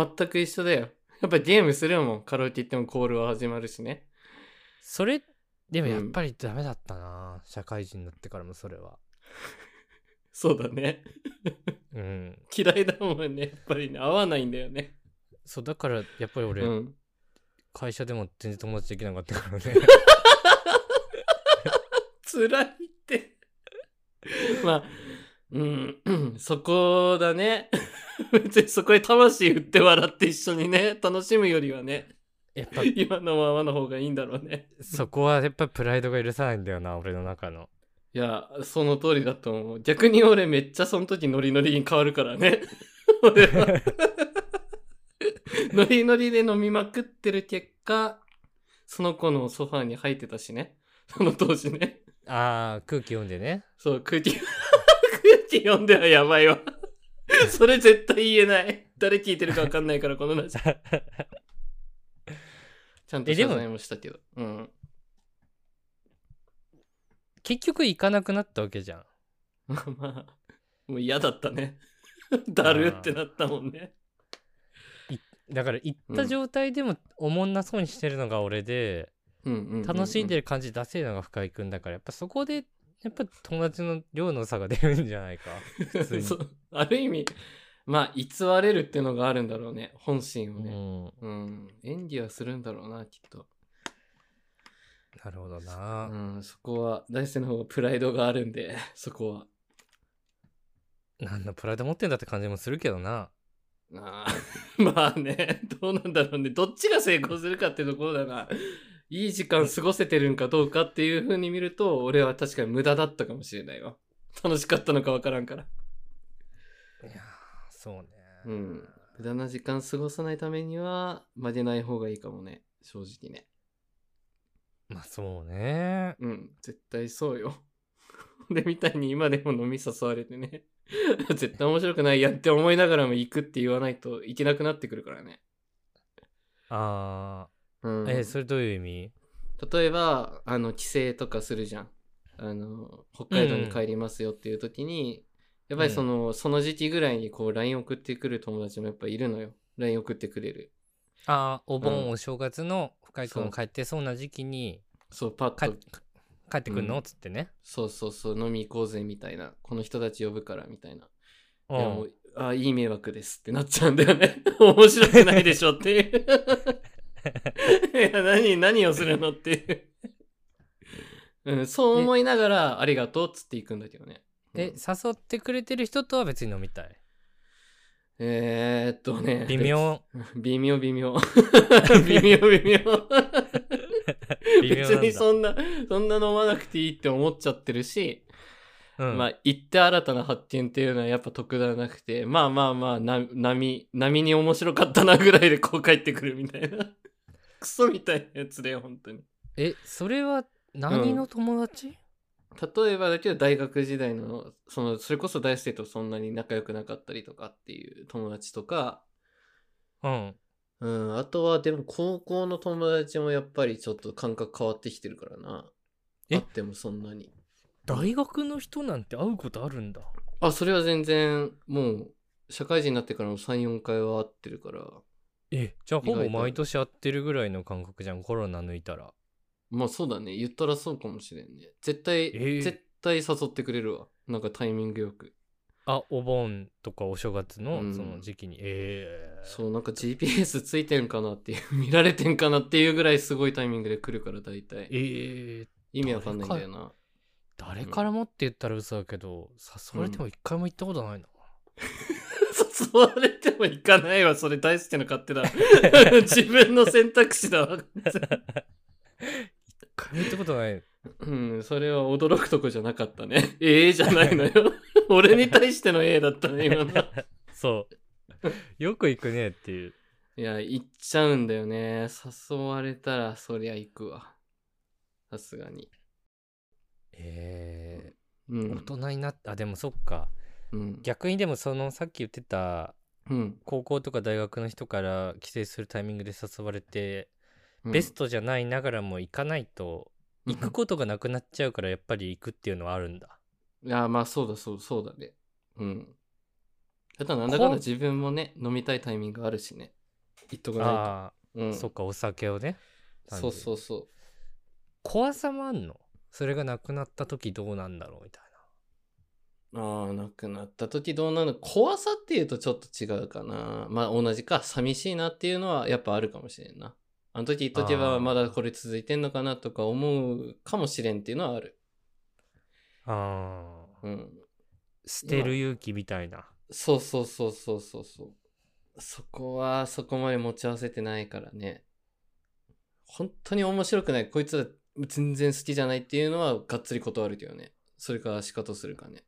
[SPEAKER 2] た
[SPEAKER 3] 全く一緒だよ。やっぱゲームするもん。カラオケ行ってもコールは始まるしね。
[SPEAKER 2] それでも
[SPEAKER 3] うん
[SPEAKER 2] やっぱりダメだったな、社会人になってからもそれは
[SPEAKER 3] そうだね。
[SPEAKER 2] うん
[SPEAKER 3] 嫌いだもんね。やっぱりね、合わないんだよね。
[SPEAKER 2] そうだからやっぱり俺、
[SPEAKER 3] うん。
[SPEAKER 2] 会社でも全然友達できなかったからね
[SPEAKER 3] 辛いって。 まあ、うん、 そこだね。 別にそこへ魂振って笑って一緒にね、楽しむよりはね、
[SPEAKER 2] やっぱ
[SPEAKER 3] 今のままの方がいいんだろうね。
[SPEAKER 2] そこはやっぱりプライドが許さないんだよな俺の中の
[SPEAKER 3] いや、その通りだと思う。逆に俺めっちゃその時ノリノリに変わるからね。 俺は。ノリノリで飲みまくってる結果、その子のソファーに入ってたしね。その当時ね。
[SPEAKER 2] ああ空気読んでね
[SPEAKER 3] そう、空気、空 気読んではやばいわ。それ絶対言えない。誰聞いてるかわかんないから、この話。ちゃんと
[SPEAKER 2] えで
[SPEAKER 3] 謝
[SPEAKER 2] も
[SPEAKER 3] 罪もしたけど。うん。
[SPEAKER 2] 結局行かなくなったわけじゃん
[SPEAKER 3] まあ、もう嫌だったね。 だるってなったもんね。
[SPEAKER 2] だから行った状態でもおもんなそうにしてるのが俺で、
[SPEAKER 3] うんうんうう
[SPEAKER 2] 楽しんでる感じ出せるのが深井君だからやっぱそこでやっぱ友達の量の差が出るんじゃないか普通に
[SPEAKER 3] そうある意味まあ偽れるっていうのがあるんだろうね本心を
[SPEAKER 2] うん
[SPEAKER 3] ね、うん演技はするんだろうなきっと、
[SPEAKER 2] なるほど
[SPEAKER 3] う
[SPEAKER 2] な、
[SPEAKER 3] ん、そこは大輔の方がプライドがあるんで そこは
[SPEAKER 2] なんだプライド持ってんだって感じもするけどな
[SPEAKER 3] あー まあねどうなんだろうねどっちが成功するかってところだないい時間過ごせてるんかどうかっていうふうに見ると俺は確かに無駄だったかもしれないわ楽しかったのかわからんから
[SPEAKER 2] いやーそうね、
[SPEAKER 3] うん無駄な時間過ごさないためには曲げない方がいいかもね正直ね
[SPEAKER 2] まあそうね
[SPEAKER 3] うん、絶対そうよ。 俺みたいに今でも飲み誘われてね、 絶対面白くないやって思いながらも行くって言わないといけなくなってくるからね。
[SPEAKER 2] あ
[SPEAKER 3] う
[SPEAKER 2] ー
[SPEAKER 3] ん、
[SPEAKER 2] えそれどういう意味
[SPEAKER 3] 例えば、あの、帰省とかするじゃん。あの、北海道に帰りますよっていう時に、やっぱりその、その時期ぐらいにこう、LINE 送ってくる友達もやっぱいるのよ。LINE 送ってくれる。
[SPEAKER 2] ああお盆、
[SPEAKER 3] うん
[SPEAKER 2] お正月の深井君が
[SPEAKER 3] そう
[SPEAKER 2] 帰ってそうな時期に
[SPEAKER 3] そう、パ
[SPEAKER 2] 帰
[SPEAKER 3] ッと、
[SPEAKER 2] 帰ってくんの、
[SPEAKER 3] うん
[SPEAKER 2] つってね
[SPEAKER 3] そうそうそう、飲み行こうぜみたいな。この人たち呼ぶからみたいな。
[SPEAKER 2] う
[SPEAKER 3] いやも
[SPEAKER 2] ん
[SPEAKER 3] うあいい迷惑ですってなっちゃうんだよね。 面白くないでしょって いう。いや何、何をするのっていう。うん、そう思いながら、ありがとうっつっていくんだけどね。う
[SPEAKER 2] え
[SPEAKER 3] ん
[SPEAKER 2] 誘ってくれてる人とは別に飲みた い
[SPEAKER 3] えー、っとね。
[SPEAKER 2] 微妙
[SPEAKER 3] 微妙微妙。 微妙微妙。
[SPEAKER 2] 微妙な
[SPEAKER 3] 別
[SPEAKER 2] んだ
[SPEAKER 3] にそんな、そんな飲まなくていいって思っちゃってるし、
[SPEAKER 2] うん、
[SPEAKER 3] まあ、行って新たな発見っていうのはやっぱ特段なくて、まあまあまあ、な波、波に面白かったなぐらいでこう帰ってくるみたいな。 クソみたいなやつだよ、本当に。
[SPEAKER 2] えそれは何の友達、
[SPEAKER 3] 例えばだけど大学時代の、その、それこそ大生とそんなに仲良くなかったりとかっていう友達とか、
[SPEAKER 2] うん。
[SPEAKER 3] うん、あとはでも高校の友達もやっぱりちょっと感覚変わってきてるからな。
[SPEAKER 2] え
[SPEAKER 3] あってもそんなに。
[SPEAKER 2] 大学の人なんて会うことあるんだ。
[SPEAKER 3] あ、それは全然、もう、社会人になってからも3、4回は会ってるから。
[SPEAKER 2] え、じゃあ
[SPEAKER 3] 意外
[SPEAKER 2] ほ
[SPEAKER 3] と
[SPEAKER 2] ぼ毎年会ってるぐらいの感覚じゃん、コロナ抜いたら。
[SPEAKER 3] まあそうだね。言ったらそうかもしれんね。絶対、
[SPEAKER 2] ええ
[SPEAKER 3] 絶対誘ってくれるわ。なんかタイミングよく。
[SPEAKER 2] あ、お盆とかお正月の
[SPEAKER 3] うん
[SPEAKER 2] その時期に。えー、
[SPEAKER 3] そう、なんか GPS ついてんかなっていう、見られてんかなっていうぐらいすごいタイミングで来るから大
[SPEAKER 2] え
[SPEAKER 3] 体。
[SPEAKER 2] ー、
[SPEAKER 3] 意味わかんないんだよな。
[SPEAKER 2] 誰からもって言ったら嘘だけど、誘われても一回も行ったことないな。
[SPEAKER 3] 誘われても行かないわ。それ大好きな勝 手だ。自分の選択肢だわ。
[SPEAKER 2] 一回も行ったことない。
[SPEAKER 3] うん、それは驚くとこじゃなかったね。ええじゃな いのよ。俺に対してのええだったね、今の。
[SPEAKER 2] そう。よく行くねっていう。
[SPEAKER 3] いや、行っちゃうんだよね。誘われたら、そりゃ行くわ。さすがに。
[SPEAKER 2] え
[SPEAKER 3] う
[SPEAKER 2] ー、大
[SPEAKER 3] ん。
[SPEAKER 2] 人になった。あ、でもそっか。
[SPEAKER 3] うん。
[SPEAKER 2] 逆にでもそのさっき言ってた
[SPEAKER 3] うん。
[SPEAKER 2] 高校とか大学の人から帰省するタイミングで誘われて、ベストじゃないながらも行かないと
[SPEAKER 3] うん
[SPEAKER 2] 行くことがなくなっちゃうからやっぱり行くっていうのはあるんだ。
[SPEAKER 3] いや、まあ、そうだ、そう、そうだね。うん。ただ、なんだかん
[SPEAKER 2] こ
[SPEAKER 3] だ
[SPEAKER 2] ん
[SPEAKER 3] 自分もね、飲みたいタイミングあるしね。行っとかな
[SPEAKER 2] ああ、
[SPEAKER 3] いと。うん。
[SPEAKER 2] そっかお酒をね。単
[SPEAKER 3] そう
[SPEAKER 2] 純に
[SPEAKER 3] そうそう。
[SPEAKER 2] 怖さもあんのそれがなくなった時どうなんだろうみたい
[SPEAKER 3] ああ、なくなった時どうなる怖さっていうとちょっと違うかな。まあ同じか、寂しいなっていうのはやっぱあるかもしれんな。あの時言っとけ
[SPEAKER 2] あ
[SPEAKER 3] ば
[SPEAKER 2] ー
[SPEAKER 3] まだこれ続いてんのかなとか思うかもしれんっていうのはある。
[SPEAKER 2] な。ああ。
[SPEAKER 3] うん。
[SPEAKER 2] 捨てる勇気みたいな。
[SPEAKER 3] そうそうそうそうそうそう。そこはそこまで持ち合わせてないからね。本当に面白くない。こいつら全然好きじゃないっていうのはがっつり断るけどね。それか仕方するかね。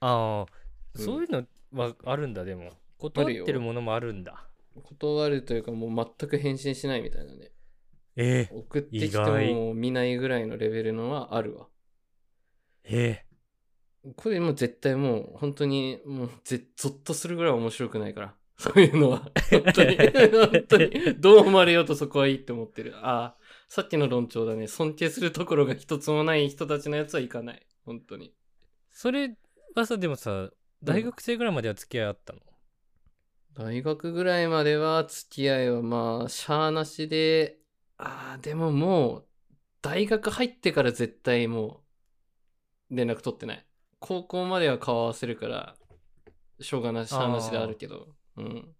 [SPEAKER 2] ああ、
[SPEAKER 3] うん
[SPEAKER 2] そういうのはあるんだでも。断ってるものもあるんだ。
[SPEAKER 3] 断るというかもう全く返信しないみたいなね。
[SPEAKER 2] ええ
[SPEAKER 3] 送ってきて
[SPEAKER 2] 意
[SPEAKER 3] も見ないぐらいのレベルのはあるわ。
[SPEAKER 2] え
[SPEAKER 3] これもう絶対もう本当にもうぜゾッとするぐらい面白くないから。 そういうのは。本当に。本当に。どう思われようとそこはいいって思ってる。ああ、さっきの論調だね。尊敬するところが一つもない人たちのやつはいかない。本当に。
[SPEAKER 2] それはさでもさ大学生ぐらいまでは付き合いあったの、
[SPEAKER 3] 大学ぐらいまでは付き合いはまあ、しゃーなしで、ああ、でももう、大学入ってから絶対もう、連絡取ってない。高校までは顔合わせるから、しょうがなし、しゃーなしであるけど、うん。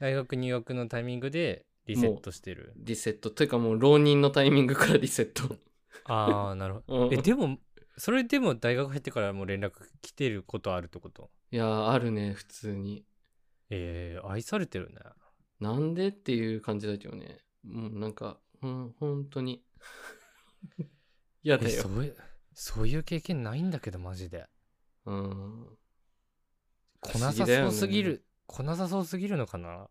[SPEAKER 2] 大学入学のタイミングでリセットしてる。
[SPEAKER 3] リセット。というかもう、浪人のタイミングからリセット。
[SPEAKER 2] ああ、なるほど。
[SPEAKER 3] う ん、
[SPEAKER 2] え
[SPEAKER 3] い
[SPEAKER 2] でもそれでも大学入ってからもう連絡来てることあるってこと
[SPEAKER 3] やー、あるね、普通に。
[SPEAKER 2] えー、愛されてるね
[SPEAKER 3] なんでっていう感じだけどね。もうなんか、うん、本 当に。嫌
[SPEAKER 2] え
[SPEAKER 3] だよ
[SPEAKER 2] そ。ういうそういう経験ないんだけどマジで
[SPEAKER 3] うん。
[SPEAKER 2] 来なさそうすぎる、来なさそうすぎるのかな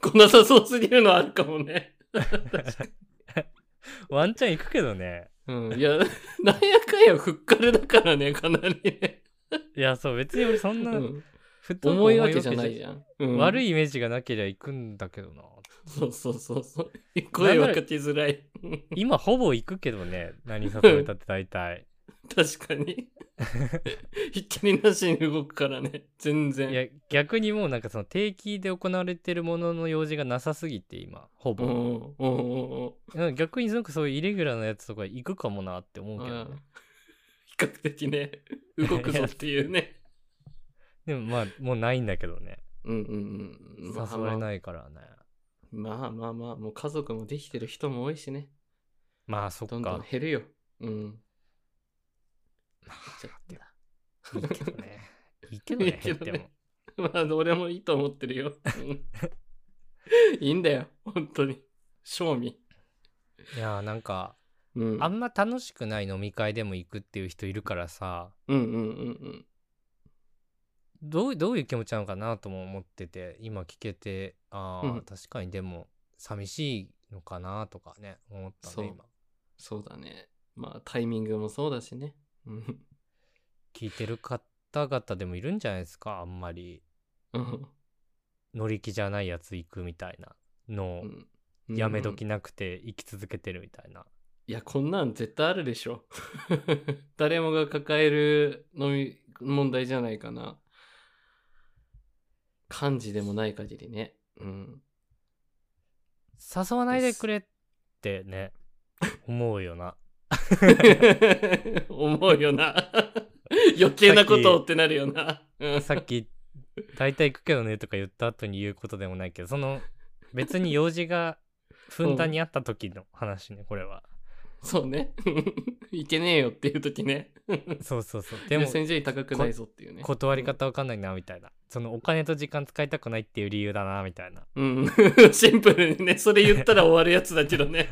[SPEAKER 3] 来なさそうすぎるのはあるかもね。
[SPEAKER 2] ワンチャン行くけどね
[SPEAKER 3] うん。いや、なんやかんやふっかるだからね、かなりね。
[SPEAKER 2] いやそう別に俺そん
[SPEAKER 3] う
[SPEAKER 2] な、
[SPEAKER 3] ん、
[SPEAKER 2] ふっと
[SPEAKER 3] 重いわけじゃないじゃん。うん、
[SPEAKER 2] 悪
[SPEAKER 3] い。
[SPEAKER 2] いイメージがなければ行くんだけどな
[SPEAKER 3] そうそうそうそう。声はかけづらい。
[SPEAKER 2] 今ほぼ行くけどね何誘われたって大体
[SPEAKER 3] 確かに。ひっきりなしに動くからね。全然。
[SPEAKER 2] いや逆にもうなんかその定期で行われてるものの用事がなさすぎて今ほ
[SPEAKER 3] うん、
[SPEAKER 2] ぼ、
[SPEAKER 3] うん、うん、うん。
[SPEAKER 2] うん逆になんかそういうイレギュラーなやつとか行くかもなって思う
[SPEAKER 3] う
[SPEAKER 2] けどね、
[SPEAKER 3] ん比較的ね、動くぞっていうね。
[SPEAKER 2] でもまあもうないんだけどね
[SPEAKER 3] うんうんうん。まあ
[SPEAKER 2] 誘われないからね
[SPEAKER 3] まあまあまあ、もう家族もできてる人も多いしね。
[SPEAKER 2] まあそっか
[SPEAKER 3] どんどん減るよ。うん。
[SPEAKER 2] ま
[SPEAKER 3] ちゃった
[SPEAKER 2] あいいけどねいいけどね
[SPEAKER 3] い
[SPEAKER 2] 減
[SPEAKER 3] い
[SPEAKER 2] っ
[SPEAKER 3] け
[SPEAKER 2] ても、
[SPEAKER 3] どね まあ、俺もいいと思ってるよ。うんいいんだよ、本当に。賞味。
[SPEAKER 2] いやーなんか
[SPEAKER 3] うん。
[SPEAKER 2] あんま楽しくない飲み会でも行くっていう人いるからさ
[SPEAKER 3] うんうんうん
[SPEAKER 2] どうどういう気持ちなのかなとも思ってて今聞けてああ、
[SPEAKER 3] うん
[SPEAKER 2] 確かにでも寂しいのかなとかね思った
[SPEAKER 3] そう
[SPEAKER 2] ね今
[SPEAKER 3] そうだね。まあタイミングもそうだしね。うん。
[SPEAKER 2] 聞いてる方々でもいるんじゃないですかあんまり
[SPEAKER 3] うん
[SPEAKER 2] 乗り気じゃないやつ行くみたいなのを
[SPEAKER 3] うん
[SPEAKER 2] やめ時なくて生き続けてるみたいな、
[SPEAKER 3] いや、こんなん絶対あるでしょ。 誰もが抱えるのみ問題じゃないかな。漢字でもない限りね。 うん。
[SPEAKER 2] 誘わないでくれってね思うよな
[SPEAKER 3] 思うよな。余計なことをってなるよな。うん
[SPEAKER 2] さっき「大体行くけどね」とか言った後に言うことでもないけどその別に用事がふんだんにあった時の話ねこれは
[SPEAKER 3] そうね。 いけねえよっていう時ね。
[SPEAKER 2] そうそうそう
[SPEAKER 3] で
[SPEAKER 2] で
[SPEAKER 3] も、
[SPEAKER 2] も
[SPEAKER 3] 先生高くないぞっていうね。
[SPEAKER 2] 断り方わかんないなみたいなそのお金と時間使いたくないっていう理由だなみたいな
[SPEAKER 3] うん。 シンプルにね、それ言ったら終わるやつだけど ね。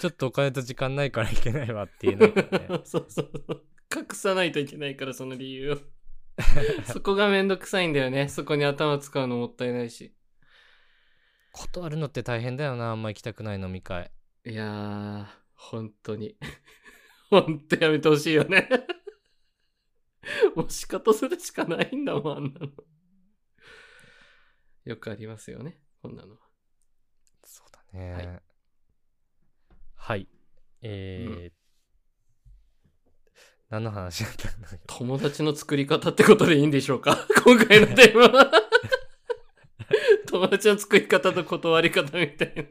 [SPEAKER 2] ちょっとお金と時間ないからいけないわっていうのが ね
[SPEAKER 3] そうそうそう。隠さないといけないから、その理由 を。そこがめんどくさいんだよね。そこに頭使うのもったいないし。
[SPEAKER 2] 断るのって大変だよなあんま行きたくない飲み会
[SPEAKER 3] いやー、本当に。本当やめてほしいよね。もう仕方するしかないんだもん、あんなの。よくありますよね、こんなのは。
[SPEAKER 2] そうだねは
[SPEAKER 3] はいい、
[SPEAKER 2] えー
[SPEAKER 3] う
[SPEAKER 2] 何の 話だったんだっけ
[SPEAKER 3] 友達の作り方ってことでいいんでしょうか 今回のテーマは。 友達の作り方と断り方みたい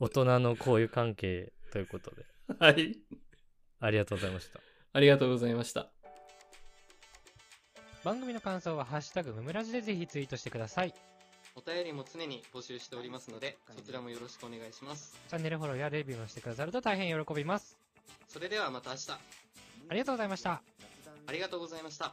[SPEAKER 2] 大人の交友関係ということで
[SPEAKER 3] な。はい。
[SPEAKER 2] ありがとうございました
[SPEAKER 3] ありがとうございました。
[SPEAKER 2] 番組の感想は「ハッシュタグむむらじ」でぜひツイートしてくださいチ
[SPEAKER 3] お便りも常に募集しておりますので、そちらもよろしくお願いします。
[SPEAKER 2] ャンネルフォローやレビューもしてくださると大変喜びます
[SPEAKER 3] それではまた明日、
[SPEAKER 2] ありがとうございました
[SPEAKER 3] ありがとうございました。